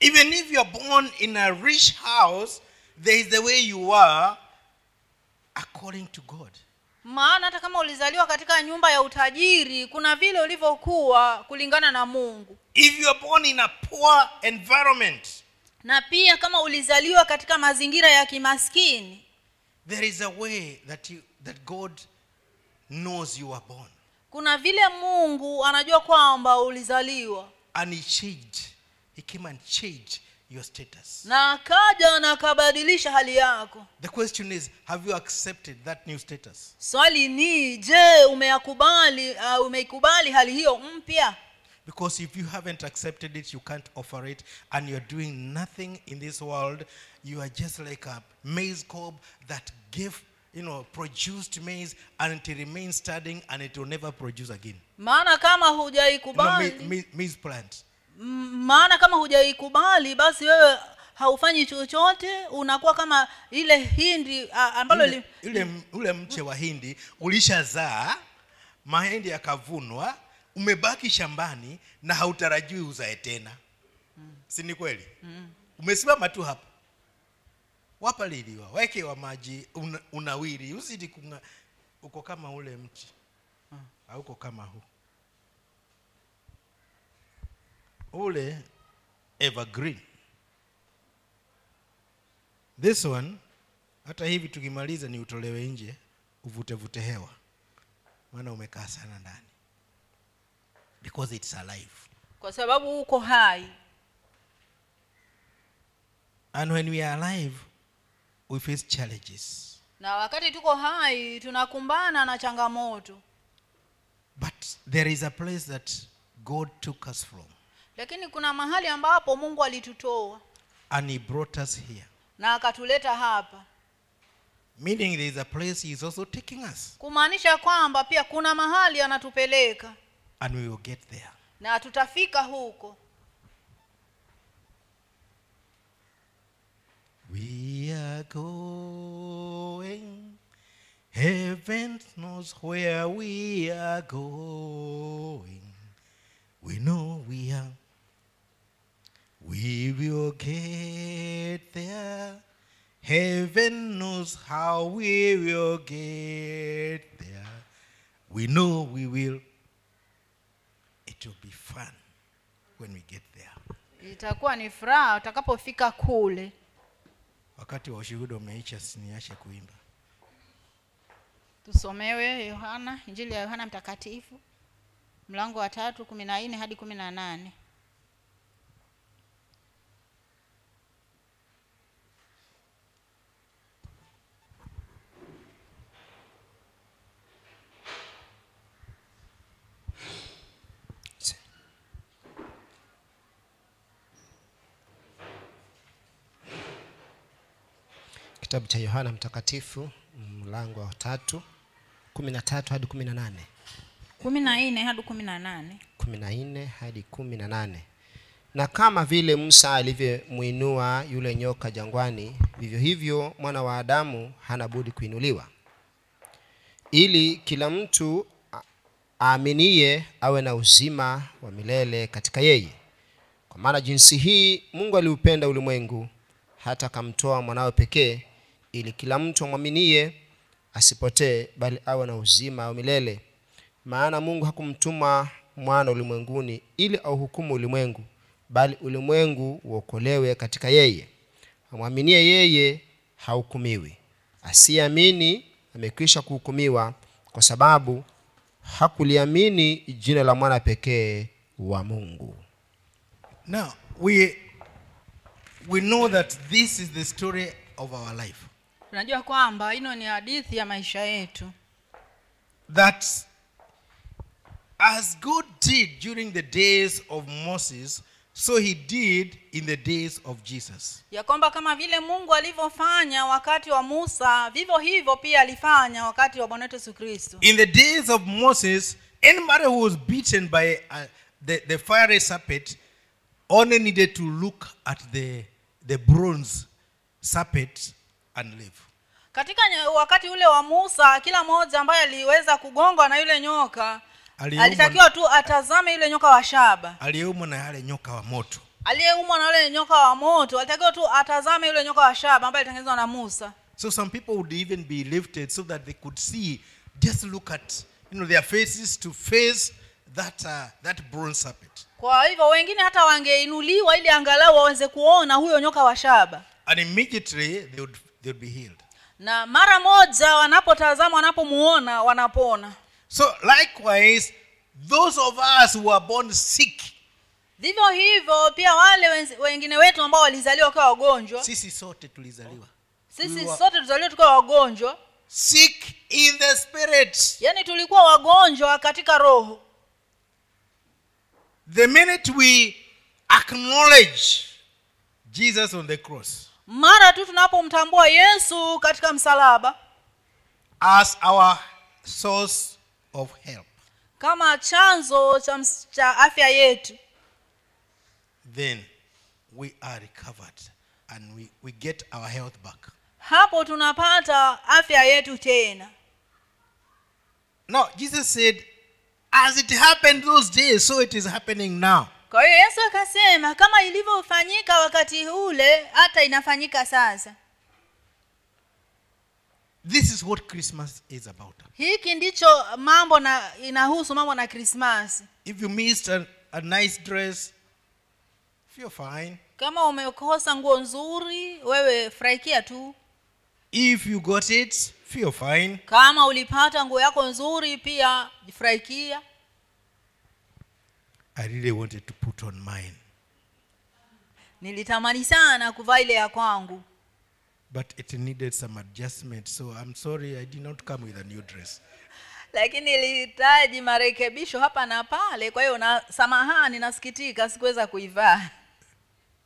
[SPEAKER 1] Even if you are born in a rich house, there is the way you are according to God.
[SPEAKER 2] maana hata kama ulizaliwa katika nyumba ya utajiri kuna vile ulivyokuwa kulingana na mungu
[SPEAKER 1] If you are born in a poor environment,
[SPEAKER 2] na pia kama ulizaliwa katika mazingira ya kimaskini
[SPEAKER 1] there is a way that you that God knows you are born
[SPEAKER 2] kuna vile mungu anajua kwamba ulizaliwa
[SPEAKER 1] and he changed he came and changed your status
[SPEAKER 2] na akaja na akabadilisha hali yako
[SPEAKER 1] the question is have you accepted that new status
[SPEAKER 2] swali ni je umeyakubali uh, umeikubali hali hiyo mpya
[SPEAKER 1] because if you haven't accepted it you can't offer it and you're doing nothing in this world you are just like a maize cob that gave you know produced maize and it remains standing and it will never produce again
[SPEAKER 2] maana kama
[SPEAKER 1] you know, maize,
[SPEAKER 2] hujaikubali
[SPEAKER 1] maize, maize plant
[SPEAKER 2] m- maana kama hujaikubali basi wewe haufanyi chochote unakuwa kama ile hindi a, ambalo
[SPEAKER 1] ule,
[SPEAKER 2] li,
[SPEAKER 1] ule, ule mche wa hindi ulishazaa mahindi yakavunwa umebaki shambani na hautarajui uzae tena si ni kweli umesimama tu hapa wapaliliwa wekewa maji una, unawiri uzidi kunga uko kama ule mti hauko kama huu ule evergreen this one hata hivi tukimaliza ni utolewe nje uvutevute hewa maana umekaa sana ndani because it's alive
[SPEAKER 2] kwa sababu uko hai
[SPEAKER 1] and when we are alive we face challenges
[SPEAKER 2] na wakati tuko hai tunakumbana na changamoto
[SPEAKER 1] but there is a place that god took us from
[SPEAKER 2] lakini kuna mahali ambapo mungu alitutoa
[SPEAKER 1] and he brought us here
[SPEAKER 2] na akatuleta hapa
[SPEAKER 1] meaning there is a place he is also taking us
[SPEAKER 2] kumaanisha kwamba pia kuna mahali anatupeleka
[SPEAKER 1] and we will get there
[SPEAKER 2] na tutafika huko
[SPEAKER 1] we are going heaven knows where we are going we know we are we will get there heaven knows how we will get there we know we will it will be fun when we get there
[SPEAKER 2] itakuwa ni furaha utakapofika kule
[SPEAKER 1] wakati wa ushuhuda umeisha siniache kuimba
[SPEAKER 2] tusomewe yohana injili ya yohana mtakatifu mlango wa tatu kumi na nne hadi kumi na nane
[SPEAKER 3] kitabu cha yohana mtakatifu mlango wa tatu kumi na tatu hadi kumi na nane
[SPEAKER 2] kumi na nne hadi kumi na nane
[SPEAKER 3] kumi na nne hadi kumi na nane na kama vile musa alivyomwinua yule nyoka jangwani vivyo hivyo mwana wa adamu hana budi kuinuliwa ili kila mtu a- aaminiye awe na uzima wa milele katika yeye kwa maana jinsi hii mungu aliupenda ulimwengu hata akamtoa mwanawe pekee ili kila mtu amwaminie asipotee bali awe na uzima wa milele maana mungu hakumtuma mwana ulimwenguni ili auhukumu ulimwengu bali ulimwengu uokolewe katika yeye amwaminie yeye hahukumiwi asiyeamini amekwisha kuhukumiwa kwa sababu hakuliamini jina la mwana pekee wa mungu
[SPEAKER 1] Now, we, we know that this is the story of our life.
[SPEAKER 2] tunajua kwamba hino ni hadithi ya maisha yetu
[SPEAKER 1] That as God did during the days of Moses, so he did in the days of Jesus.
[SPEAKER 2] ya kwamba kama vile mungu alivyofanya wakati wa musa vivyo hivyo pia alifanya wakati wa bwana wetu yesu kristo
[SPEAKER 1] In the days of Moses, anybody who was beaten by uh, the, the fiery serpent only needed to look at the, the bronze serpent and live.
[SPEAKER 2] katika nye- wakati ule wa musa kila mmoja ambaye aliweza kugongwa na yule nyoka
[SPEAKER 1] Aliumwa-
[SPEAKER 2] alitakiwa tu atazame yule nyoka wa shaba
[SPEAKER 1] aliyeumwa na yale nyoka wa moto
[SPEAKER 2] aliyeumwa na ule nyoka wa moto alitakiwa tu atazame yule nyoka wa shaba ambaye alitengenezwa na musa
[SPEAKER 1] So some people would even be lifted so that they could see, just look at you know their faces to face that uh, that bronze serpent.
[SPEAKER 2] kwa hivyo wengine hata wangeinuliwa ili angalau waweze kuona huyo nyoka wa shaba
[SPEAKER 1] And immediately they would they would be healed.
[SPEAKER 2] na mara moja wanapotazama wanapomuona wanapona
[SPEAKER 1] So likewise, those of us who are born sick,
[SPEAKER 2] vivyo hivyo pia wale wenzi- wengine wetu ambao walizaliwa wakiwa wagonjwa
[SPEAKER 1] sisi sote tulizaliwa.
[SPEAKER 2] sisi
[SPEAKER 1] Tuliwa-
[SPEAKER 2] sote tuzaliwa tukiwa wagonjwa
[SPEAKER 1] Sick in the spirit.
[SPEAKER 2] yaani tulikuwa wagonjwa katika roho
[SPEAKER 1] The minute we acknowledge Jesus on the cross
[SPEAKER 2] mara tu tunapomtambua yesu katika msalaba
[SPEAKER 1] as our source of help,
[SPEAKER 2] kama chanzo cha, ms- cha afya yetu
[SPEAKER 1] then we are recovered and we, we get our health back.
[SPEAKER 2] hapo tunapata afya yetu tena
[SPEAKER 1] Now, Jesus said, as it happened those days, so it is happening now.
[SPEAKER 2] kwa hiyo yesu akasema kama ilivyofanyika wakati ule hata inafanyika sasa
[SPEAKER 1] This is what Christmas is about.
[SPEAKER 2] hiki ndicho mambo na inahusu mambo na krismasi
[SPEAKER 1] If you missed a, a nice dress, feel fine.
[SPEAKER 2] kama umekosa nguo nzuri wewe furahikia tu
[SPEAKER 1] If you got it, feel fine.
[SPEAKER 2] kama ulipata nguo yako nzuri pia furahikia
[SPEAKER 1] I really wanted to put on mine,
[SPEAKER 2] nilitamani sana kuvaa ile ya kwangu
[SPEAKER 1] but it needed some adjustment. So I'm sorry I did not come with a new dress.
[SPEAKER 2] lakini ilihitaji marekebisho hapa na pale kwa hiyo na samahani nasikitika sikuweza kuivaa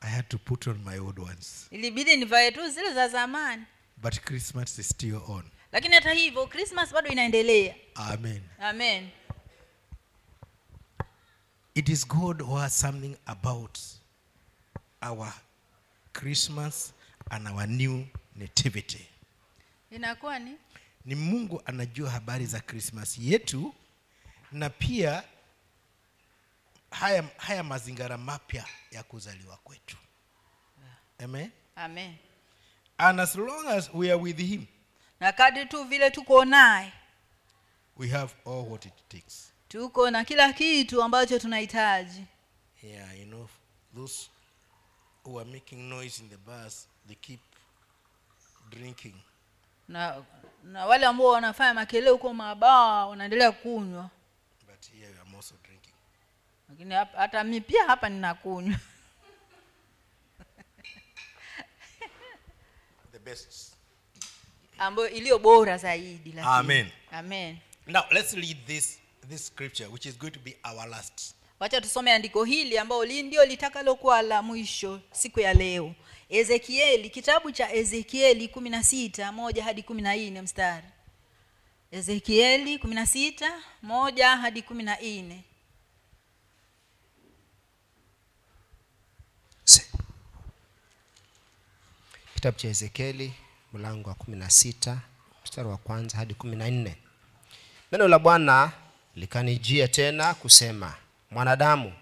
[SPEAKER 1] I had to put on my old ones.
[SPEAKER 2] ilibidi nivae tu zile za zamani
[SPEAKER 1] But Christmas is still on.
[SPEAKER 2] lakini hata hivyo krismas bado inaendelea
[SPEAKER 1] Amen.
[SPEAKER 2] amen
[SPEAKER 1] It is God who has something about our Christmas and our new nativity.
[SPEAKER 2] inakuwa ni
[SPEAKER 1] Ni Mungu anajua habari za Christmas yetu na pia haya, haya mazingira mapya ya kuzaliwa kwetu. Amen.
[SPEAKER 2] amen
[SPEAKER 1] And as long as we are with him,
[SPEAKER 2] na kadri tu vile tuko naye
[SPEAKER 1] we have all what it takes.
[SPEAKER 2] tuko na kila kitu ambacho tunahitaji
[SPEAKER 1] Yeah, you know, those who are making noise in the bus, they keep drinking.
[SPEAKER 2] na na wale ambao wanafanya makelele huko mabaa wanaendelea kunywa
[SPEAKER 1] But here I'm also drinking.
[SPEAKER 2] lakini hap- hata mi pia hapa ninakunywa
[SPEAKER 1] The best.
[SPEAKER 2] ambayo iliyo bora zaidi lakini.
[SPEAKER 1] Amen.
[SPEAKER 2] amen
[SPEAKER 1] Now let's read this this scripture, which is going to be our last.
[SPEAKER 2] wacha tusome andiko hili ambao li ndio litakalokuwa la mwisho siku ya leo ezekieli kitabu cha ezekieli kumi na sita moja hadi kumi na nne mstari ezekieli kumi na sita moja hadi kumi na nne
[SPEAKER 3] Se- kitabu cha ezekieli mlango wa 16 mstari wa kwanza hadi 14 neno la bwana likanijia tena kusema mwanadamu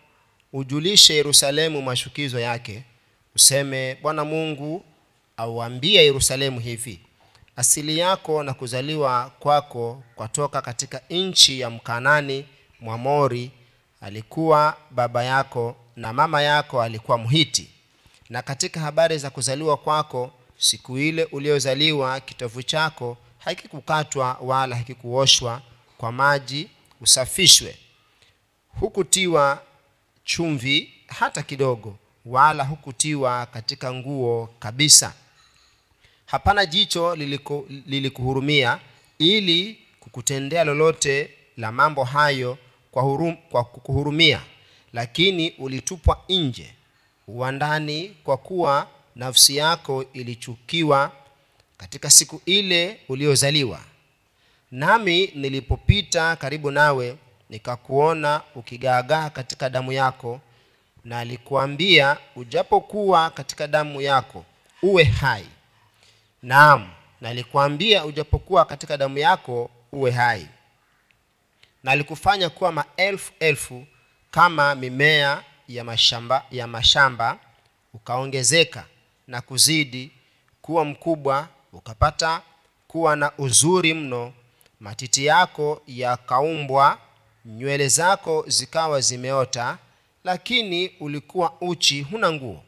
[SPEAKER 3] ujulishe yerusalemu mashukizo yake useme bwana mungu auambie yerusalemu hivi asili yako na kuzaliwa kwako kwatoka katika nchi ya mkanani mwamori alikuwa baba yako na mama yako alikuwa mhiti na katika habari za kuzaliwa kwako siku ile uliozaliwa kitovu chako hakikukatwa wala hakikuoshwa kwa maji usafishwe hukutiwa chumvi hata kidogo wala hukutiwa katika nguo kabisa hapana jicho liliku- lilikuhurumia ili kukutendea lolote la mambo hayo kwa, hurum, kwa kukuhurumia lakini ulitupwa nje uwandani kwa kuwa nafsi yako ilichukiwa katika siku ile uliozaliwa nami nilipopita karibu nawe nikakuona ukigaagaa katika damu yako na alikuambia ujapokuwa katika damu yako uwe hai naam nalikwambia ujapokuwa katika damu yako uwe hai nalikufanya kuwa maelfu elfu kama mimea ya mashamba, ya mashamba ukaongezeka na kuzidi kuwa mkubwa ukapata kuwa na uzuri mno matiti yako yakaumbwa nywele zako zikawa zimeota lakini ulikuwa uchi huna nguo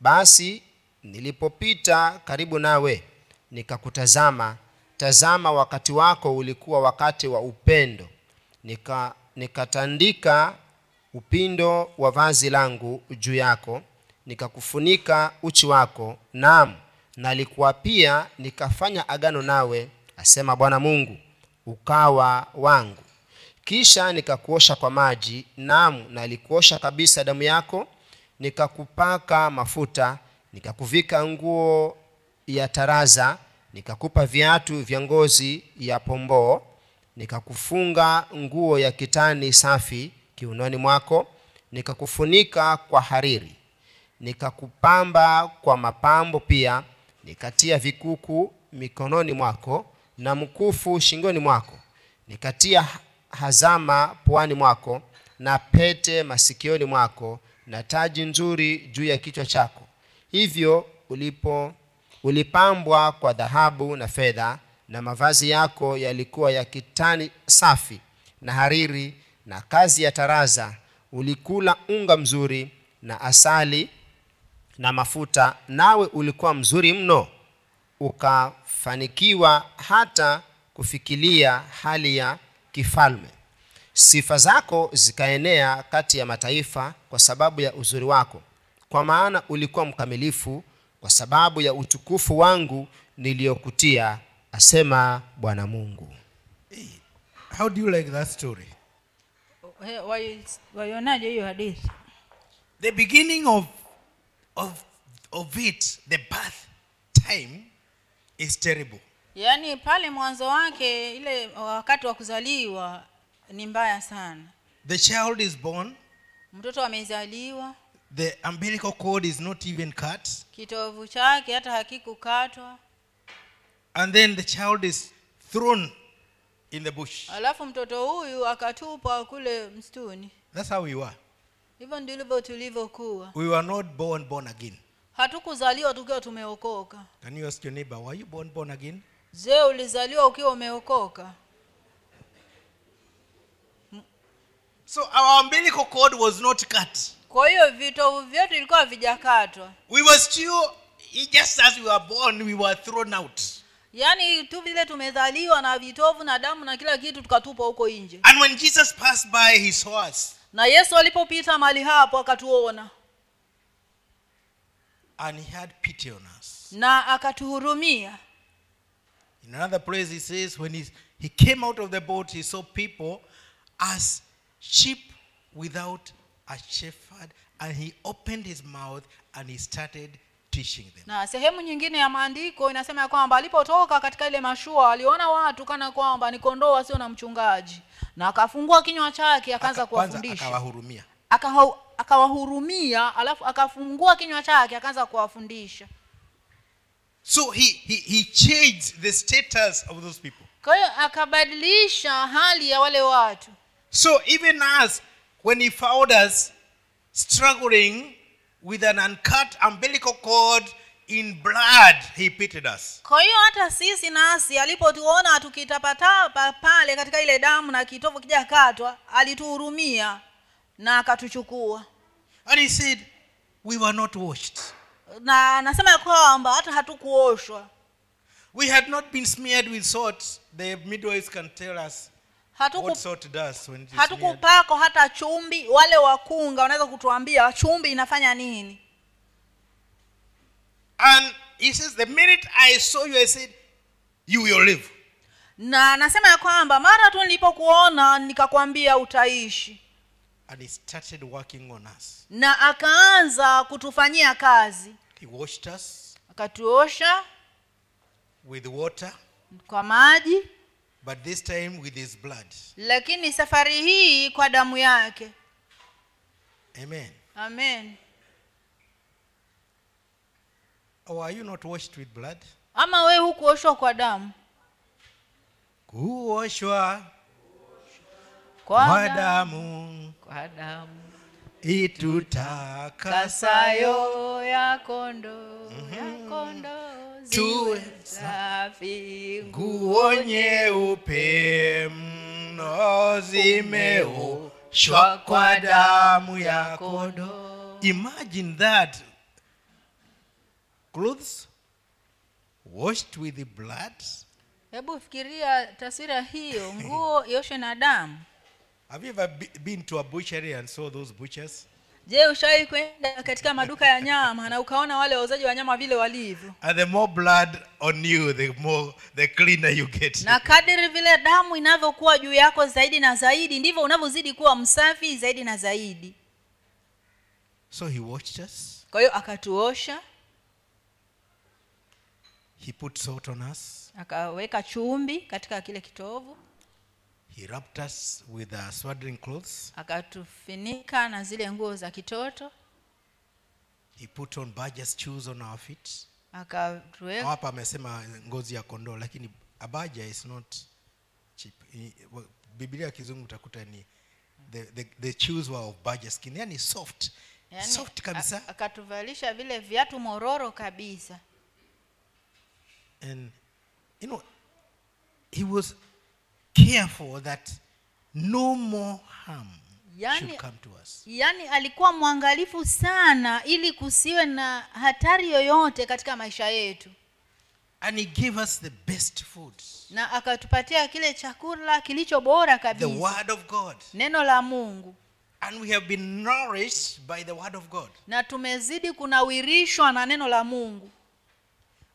[SPEAKER 3] basi nilipopita karibu nawe nikakutazama tazama wakati wako ulikuwa wakati wa upendo Nika, nikatandika upindo wa vazi langu juu yako nikakufunika uchi wako naam nalikuwa pia nikafanya agano nawe asema bwana mungu ukawa wangu kisha nikakuosha kwa maji naam nalikuosha kabisa damu yako nikakupaka mafuta nikakuvika nguo ya taraza nikakupa viatu vya ngozi ya pomboo nikakufunga nguo ya kitani safi kiunoni mwako nikakufunika kwa hariri nikakupamba kwa mapambo pia nikatia vikuku mikononi mwako na mkufu shingoni mwako nikatia hazama puani mwako na pete masikioni mwako na taji nzuri juu ya kichwa chako hivyo ulipo ulipambwa kwa dhahabu na fedha na mavazi yako yalikuwa ya kitani safi na hariri na kazi ya taraza ulikula unga mzuri na asali na mafuta nawe ulikuwa mzuri mno ukafanikiwa hata kufikilia hali ya kifalme sifa zako zikaenea kati ya mataifa kwa sababu ya uzuri wako kwa maana ulikuwa mkamilifu kwa sababu ya utukufu wangu niliyokutia asema bwana mungu
[SPEAKER 1] How do you like that story?
[SPEAKER 2] He, wai- waionaje hiyo hadithi
[SPEAKER 1] The beginning of, of, of it, the birth time, is terrible.
[SPEAKER 2] yaani pale mwanzo wake ile wakati wa kuzaliwa ni mbaya sana
[SPEAKER 1] The child is born,
[SPEAKER 2] mtoto amezaliwa
[SPEAKER 1] the umbilical cord is not even cut,
[SPEAKER 2] kitovu chake hata hakikukatwa
[SPEAKER 1] and then the child is thrown in the bush.
[SPEAKER 2] alafu mtoto huyu akatupwa kule msituni
[SPEAKER 1] That's how we were.
[SPEAKER 2] hivyo ndilivyo tulivyokuwa
[SPEAKER 1] We were not born born again.
[SPEAKER 2] hatukuzaliwa tukiwa tumeokoka
[SPEAKER 1] Can you ask your neighbor, were you born born again?
[SPEAKER 2] je ulizaliwa ukiwa umeokoka
[SPEAKER 1] So our umbilical cord was not cut.
[SPEAKER 2] kwa hiyo vitovu vyetu ilikuwa havijakatwa
[SPEAKER 1] We were still, just as we were born, we were thrown out.
[SPEAKER 2] yaani tu vile tumezaliwa na vitovu na damu na kila kitu tukatupwa huko nje
[SPEAKER 1] And when Jesus passed by, he saw us.
[SPEAKER 2] na yesu alipopita mahali hapo akatuona
[SPEAKER 1] and he had pity on us.
[SPEAKER 2] na akatuhurumia
[SPEAKER 1] In another place, he says, when he, he came out of the boat, he saw people as sheep without a shepherd, and he opened his mouth and he started teaching them.
[SPEAKER 2] na sehemu nyingine ya maandiko inasema ya kwamba alipotoka katika ile mashua aliona watu kana kwamba ni kondoo wasio na mchungaji na akafungua kinywa chake akaanza
[SPEAKER 1] Aka- kwanza
[SPEAKER 2] kuwafundisha
[SPEAKER 1] akawahurumia.
[SPEAKER 2] Akawa- akawahurumia alafu akafungua kinywa chake akaanza kuwafundisha
[SPEAKER 1] So he, he, he changed the status of those people.
[SPEAKER 2] kwa hiyo akabadilisha hali ya wale watu
[SPEAKER 1] So even us, when he found us struggling with an uncut umbilical cord in blood, he pitied us.
[SPEAKER 2] kwa hiyo hata sisi nasi alipotuona tukitapatapa pale katika ile damu na kitovu kijakatwa alituhurumia na akatuchukua
[SPEAKER 1] And he said, We were not washed.
[SPEAKER 2] na anasema ya kwamba hata hatukuoshwa
[SPEAKER 1] We had not been smeared with salt. The midwives can tell us what
[SPEAKER 2] Hatuku-
[SPEAKER 1] salt does when it is smeared.
[SPEAKER 2] hatukupakwa hata chumbi wale wakunga wanaweza kutuambia chumbi inafanya nini
[SPEAKER 1] And he says, The minute I saw you, I said, You will live.
[SPEAKER 2] na anasema ya kwamba mara tu nilipokuona nikakwambia utaishi
[SPEAKER 1] And he started working on us.
[SPEAKER 2] na akaanza kutufanyia kazi
[SPEAKER 1] He washed us
[SPEAKER 2] akatuosha
[SPEAKER 1] with water,
[SPEAKER 2] kwa maji
[SPEAKER 1] but this time with his blood.
[SPEAKER 2] lakini safari hii kwa damu yake
[SPEAKER 1] Amen.
[SPEAKER 2] amen
[SPEAKER 1] Or Oh, are you not washed with blood?
[SPEAKER 2] ama wewe hukuoshwa kwa damu
[SPEAKER 1] Kuoshwa
[SPEAKER 2] kwa
[SPEAKER 1] kwa
[SPEAKER 2] damu.
[SPEAKER 1] damu.
[SPEAKER 2] kwa damu
[SPEAKER 1] itutakasayo
[SPEAKER 2] kasayo ya kondoo ya kondoo
[SPEAKER 1] Mhm. Tuwe
[SPEAKER 2] ziwe safi
[SPEAKER 1] nguo nyeupe mno zimeoshwa kwa damu ya kondoo
[SPEAKER 2] kondoo
[SPEAKER 1] imagine that clothes washed with the blood
[SPEAKER 2] hebu fikiria taswira hiyo nguo ioshwe na damu
[SPEAKER 1] have you ever be- been to a butchery and saw those butchers
[SPEAKER 2] je ushawahi kwenda katika maduka ya nyama na ukaona wale wauzaji wa nyama vile walivyo
[SPEAKER 1] and the more blood on you the more the cleaner you get
[SPEAKER 2] na kadiri vile damu inavyokuwa juu yako zaidi na zaidi ndivyo unavyozidi kuwa msafi zaidi na zaidi
[SPEAKER 1] so he washed us
[SPEAKER 2] kwa hiyo akatuosha
[SPEAKER 1] he put salt on us
[SPEAKER 2] akaweka chumbi katika kile kitovu
[SPEAKER 1] he wrapped us with uh, swaddling clothes
[SPEAKER 2] akatufinika na zile nguo za kitoto
[SPEAKER 1] he put on badger's shoes on our feet
[SPEAKER 2] akatuweka
[SPEAKER 1] hapa amesema ngozi ya kondoo lakini abaja is not cheap I- wa- biblia ya kizungu utakuta ni the, the, the shoes were of badger skin yani soft
[SPEAKER 2] Yaani,
[SPEAKER 1] soft kabisa
[SPEAKER 2] a- akatuvalisha vile viatu mororo kabisa
[SPEAKER 1] and you know he was careful that no more harm
[SPEAKER 2] Yaani-
[SPEAKER 1] should come to us
[SPEAKER 2] yaani alikuwa mwangalifu sana ili kusiwe na hatari yoyote katika maisha yetu
[SPEAKER 1] and he gave us the best food
[SPEAKER 2] na akatupatia kile chakula kilicho bora
[SPEAKER 1] the
[SPEAKER 2] kabisa
[SPEAKER 1] word of god
[SPEAKER 2] neno la mungu
[SPEAKER 1] and we have been nourished by the word of god
[SPEAKER 2] na tumezidi kunawirishwa na neno la mungu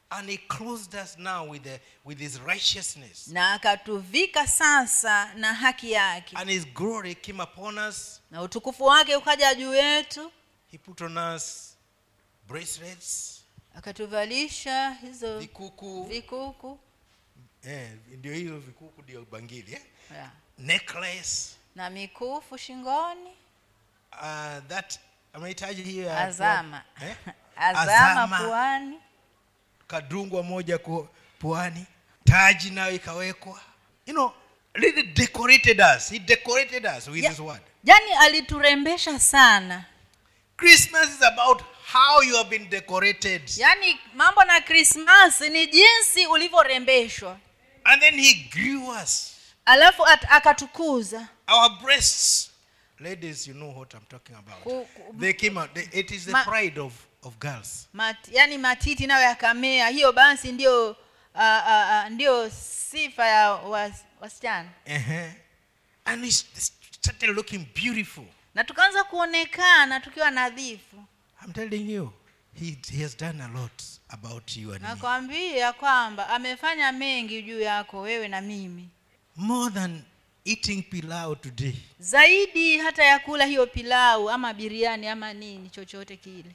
[SPEAKER 1] and he closed us now with, the, with his righteousness
[SPEAKER 2] na akatuvika sasa na haki yake
[SPEAKER 1] and his glory came upon us
[SPEAKER 2] na utukufu wake ukaja juu yetu
[SPEAKER 1] he put on us bracelets
[SPEAKER 2] akatuvalisha hizo
[SPEAKER 1] vikuku
[SPEAKER 2] vikuku
[SPEAKER 1] eh, ndio hizo vikuku ndio bangili eh?
[SPEAKER 2] yeah.
[SPEAKER 1] necklace
[SPEAKER 2] na mikufu shingoni
[SPEAKER 1] uh, that amehitaji hiyo ya-
[SPEAKER 2] azama
[SPEAKER 1] eh?
[SPEAKER 2] azama puani
[SPEAKER 1] kadungwa moja ku, puani taji nayo ikawekwa you know really decorated us he decorated us with
[SPEAKER 2] Yeah.
[SPEAKER 1] his word
[SPEAKER 2] yaani aliturembesha sana
[SPEAKER 1] christmas is about how you have been decorated
[SPEAKER 2] yaani mambo na krismasi ni jinsi ulivyorembeshwa
[SPEAKER 1] and then he grew us
[SPEAKER 2] alafu at, akatukuza
[SPEAKER 1] our breasts ladies you know what i'm talking about
[SPEAKER 2] Ku- ku-
[SPEAKER 1] they came out they, it is the
[SPEAKER 2] Ma-
[SPEAKER 1] pride of of girls
[SPEAKER 2] Mat, yaani matiti nayo yakamea hiyo basi ndiyo ah, ah, ah, ndiyo sifa ya was, wasichana
[SPEAKER 1] uh-huh. and we s- s- started looking beautiful
[SPEAKER 2] na tukaanza kuonekana tukiwa nadhifu
[SPEAKER 1] i'm telling you he, he has done a lot about you and me
[SPEAKER 2] nakwambia kwamba amefanya mengi juu yako wewe na mimi
[SPEAKER 1] more than eating pilau today
[SPEAKER 2] zaidi hata ya kula hiyo pilau ama biriani ama nini chochote kile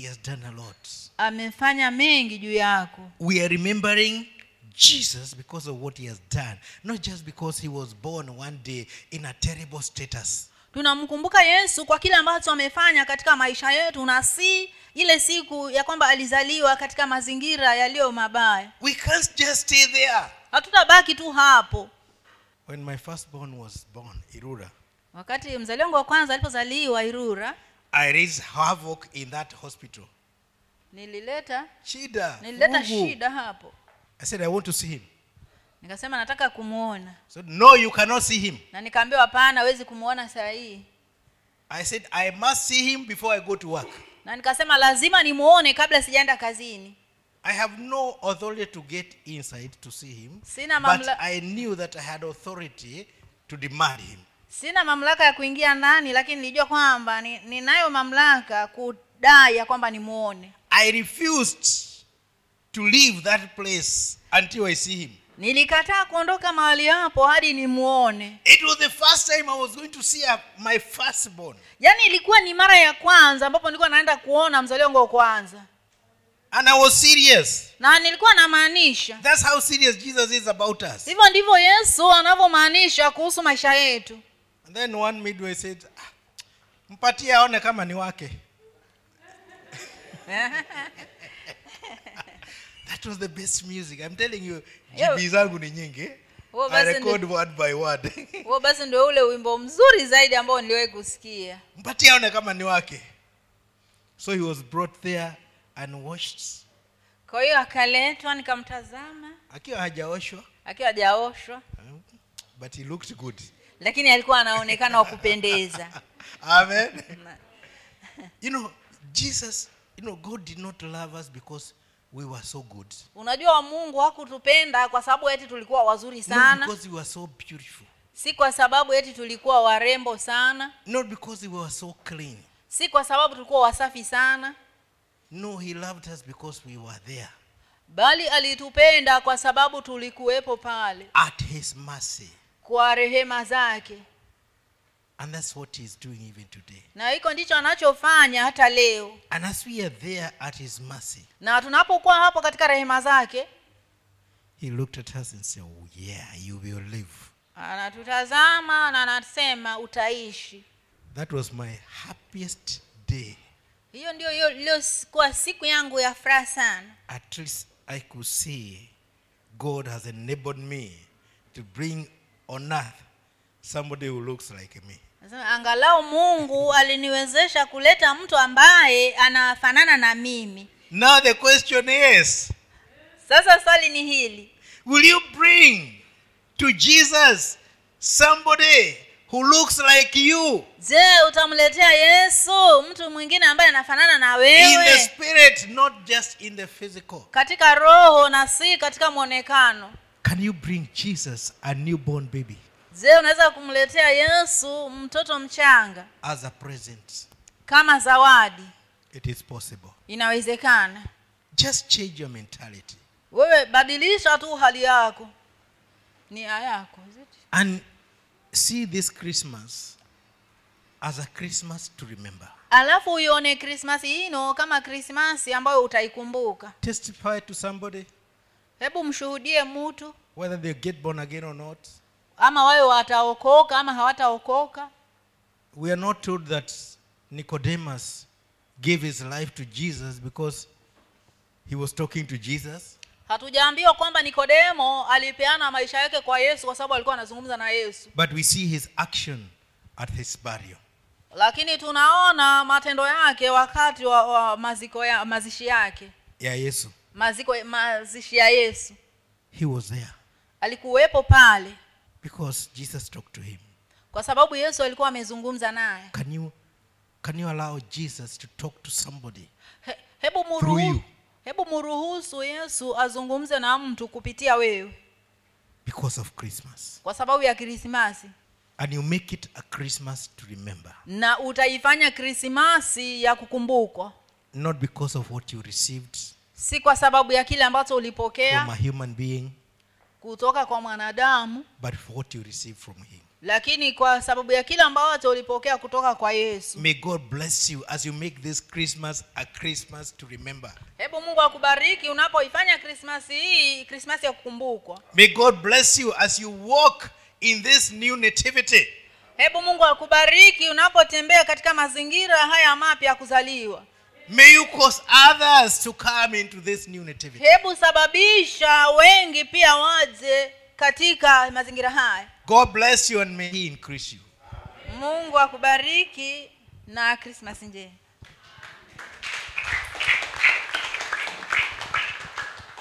[SPEAKER 1] he has done a lot
[SPEAKER 2] amefanya mengi juu yako
[SPEAKER 1] we are remembering jesus because of what he has done not just because he was born one day in a terrible status
[SPEAKER 2] tunamkumbuka yesu kwa kile ambacho amefanya katika maisha yetu na si ile siku ya kwamba alizaliwa katika mazingira yaliyo mabaya
[SPEAKER 1] we can't just stay there
[SPEAKER 2] hatutabaki tu hapo
[SPEAKER 1] when my firstborn was born irura
[SPEAKER 2] wakati mzaliwa wangu wa kwanza alipozaliwa irura
[SPEAKER 1] I raised havoc in that hospital.
[SPEAKER 2] nilileta
[SPEAKER 1] Shida.
[SPEAKER 2] nilileta
[SPEAKER 1] vurugu.
[SPEAKER 2] shida hapo
[SPEAKER 1] I said, I want to see him.
[SPEAKER 2] nikasema nataka kumwona
[SPEAKER 1] So, no, you cannot see him.
[SPEAKER 2] na nikaambiwa hapana hawezi kumwona saa hii
[SPEAKER 1] I said, I must see him before I go to work.
[SPEAKER 2] na nikasema lazima nimwone kabla sijaenda kazini
[SPEAKER 1] I have no authority to get inside to see him.
[SPEAKER 2] Sina
[SPEAKER 1] but
[SPEAKER 2] mamla-
[SPEAKER 1] I knew that I had authority to demand him.
[SPEAKER 2] sina mamlaka ya kuingia ndani lakini nilijua kwamba ni- ninayo mamlaka kudai ya kwamba nimwone
[SPEAKER 1] I refused to leave that place until I see him.
[SPEAKER 2] nilikataa kuondoka mahali hapo hadi nimwone
[SPEAKER 1] It was the first time I was going to see a, my firstborn.
[SPEAKER 2] yaani ilikuwa ni mara ya kwanza ambapo nilikuwa naenda kuona mzaliwa wangu wa kwanza
[SPEAKER 1] And I was serious.
[SPEAKER 2] na nilikuwa namaanisha
[SPEAKER 1] That's how serious Jesus is about us.
[SPEAKER 2] hivyo ndivyo yesu anavyomaanisha kuhusu maisha yetu
[SPEAKER 1] And then one midway said, "Ah, mpatie aone kama ni wake. That was the best music. I'm telling you,
[SPEAKER 2] Yo.
[SPEAKER 1] GB zangu ni nyingi.
[SPEAKER 2] huo
[SPEAKER 1] I
[SPEAKER 2] basi
[SPEAKER 1] record
[SPEAKER 2] ndi-
[SPEAKER 1] word by word.
[SPEAKER 2] huo basi ndio ule wimbo mzuri zaidi ambao niliwahi kusikia
[SPEAKER 1] mpatie aone kama ni wake so he was brought there unwashed
[SPEAKER 2] kwa hiyo akaletwa nikamtazama
[SPEAKER 1] akiwa hajaoshwa
[SPEAKER 2] akiwa hajaoshwa
[SPEAKER 1] eh, but he looked good
[SPEAKER 2] lakini alikuwa anaonekana wa kupendeza
[SPEAKER 1] amen
[SPEAKER 2] Na-
[SPEAKER 1] you know jesus you know god did not love us because we were so good
[SPEAKER 2] unajua mungu hakutupenda kwa sababu eti tulikuwa wazuri
[SPEAKER 1] not
[SPEAKER 2] sana
[SPEAKER 1] because we were so beautiful
[SPEAKER 2] si kwa sababu eti tulikuwa warembo sana
[SPEAKER 1] not because we were so clean
[SPEAKER 2] si kwa sababu tulikuwa wasafi sana
[SPEAKER 1] no he loved us because we were there
[SPEAKER 2] bali alitupenda kwa sababu tulikuwepo pale
[SPEAKER 1] at his mercy
[SPEAKER 2] kwa rehema zake
[SPEAKER 1] and that's what he's doing even today
[SPEAKER 2] na hiko ndicho anachofanya hata leo
[SPEAKER 1] and as we are there at his mercy
[SPEAKER 2] na tunapokuwa hapo katika rehema zake
[SPEAKER 1] he looked at us and said oh, yeah you will live
[SPEAKER 2] anatutazama na anasema utaishi
[SPEAKER 1] that was my happiest day
[SPEAKER 2] hiyo ndio hiyo iliyokuwa siku yangu ya furaha sana
[SPEAKER 1] at least i could see god has enabled me to bring on earth somebody who looks like me
[SPEAKER 2] Nasema, angalau mungu aliniwezesha kuleta mtu ambaye anafanana na mimi
[SPEAKER 1] now the question is
[SPEAKER 2] sasa swali ni hili
[SPEAKER 1] will you bring to jesus somebody who looks like you
[SPEAKER 2] je utamletea yesu mtu mwingine ambaye anafanana na
[SPEAKER 1] in the
[SPEAKER 2] wewe
[SPEAKER 1] spirit not just in the physical
[SPEAKER 2] katika roho na si katika mwonekano
[SPEAKER 1] can you bring jesus a newborn baby
[SPEAKER 2] je unaweza kumletea yesu mtoto mchanga
[SPEAKER 1] as a present
[SPEAKER 2] kama zawadi
[SPEAKER 1] it is possible
[SPEAKER 2] inawezekana
[SPEAKER 1] just change your mentality
[SPEAKER 2] wewe badilisha tu hali yako nia yako is it?
[SPEAKER 1] and see this christmas as a christmas to remember
[SPEAKER 2] alafu uione krismasi ino kama krismasi ambayo utaikumbuka
[SPEAKER 1] testify to somebody
[SPEAKER 2] hebu mshuhudie mtu
[SPEAKER 1] whether they get born again or not
[SPEAKER 2] ama wawe wataokoka ama hawataokoka
[SPEAKER 1] we are not told that nicodemus gave his life to jesus because he was talking to jesus
[SPEAKER 2] hatujaambiwa kwamba nikodemo alipeana maisha yake kwa yesu kwa sababu alikuwa anazungumza na yesu
[SPEAKER 1] but we see his action at his burial
[SPEAKER 2] lakini tunaona matendo yake wakati wa, wa maziko ya, mazishi yake
[SPEAKER 1] yeah yesu
[SPEAKER 2] maziko mazishi ya yesu
[SPEAKER 1] he was there
[SPEAKER 2] alikuwepo pale
[SPEAKER 1] because jesus talked to him
[SPEAKER 2] kwa sababu yesu alikuwa amezungumza naye
[SPEAKER 1] can you can you allow jesus to talk to somebody
[SPEAKER 2] He, hebu
[SPEAKER 1] Through you.
[SPEAKER 2] muruhusu hebu muruhusu yesu azungumze na mtu kupitia wewe
[SPEAKER 1] because of christmas
[SPEAKER 2] kwa sababu ya krismasi
[SPEAKER 1] and you make it a christmas to remember
[SPEAKER 2] na utaifanya krismasi ya kukumbukwa
[SPEAKER 1] not because of what you received
[SPEAKER 2] si kwa sababu ya kile ambacho
[SPEAKER 1] from a
[SPEAKER 2] ulipokea
[SPEAKER 1] human being
[SPEAKER 2] kutoka kwa mwanadamu
[SPEAKER 1] but for what you received from him
[SPEAKER 2] lakini kwa sababu ya kile ambacho ulipokea kutoka kwa yesu
[SPEAKER 1] May God bless you as you make this Christmas a Christmas to remember.
[SPEAKER 2] hebu mungu akubariki unapoifanya krismasi hii krismasi ya kukumbukwa
[SPEAKER 1] May God bless you as you walk in this new nativity.
[SPEAKER 2] hebu mungu akubariki unapotembea katika mazingira haya mapya ya kuzaliwa
[SPEAKER 1] May you cause others to come into this new nativity.
[SPEAKER 2] hebu sababisha wengi pia waje katika mazingira haya
[SPEAKER 1] God bless you and may He increase you.
[SPEAKER 2] mungu akubariki na krismasi njema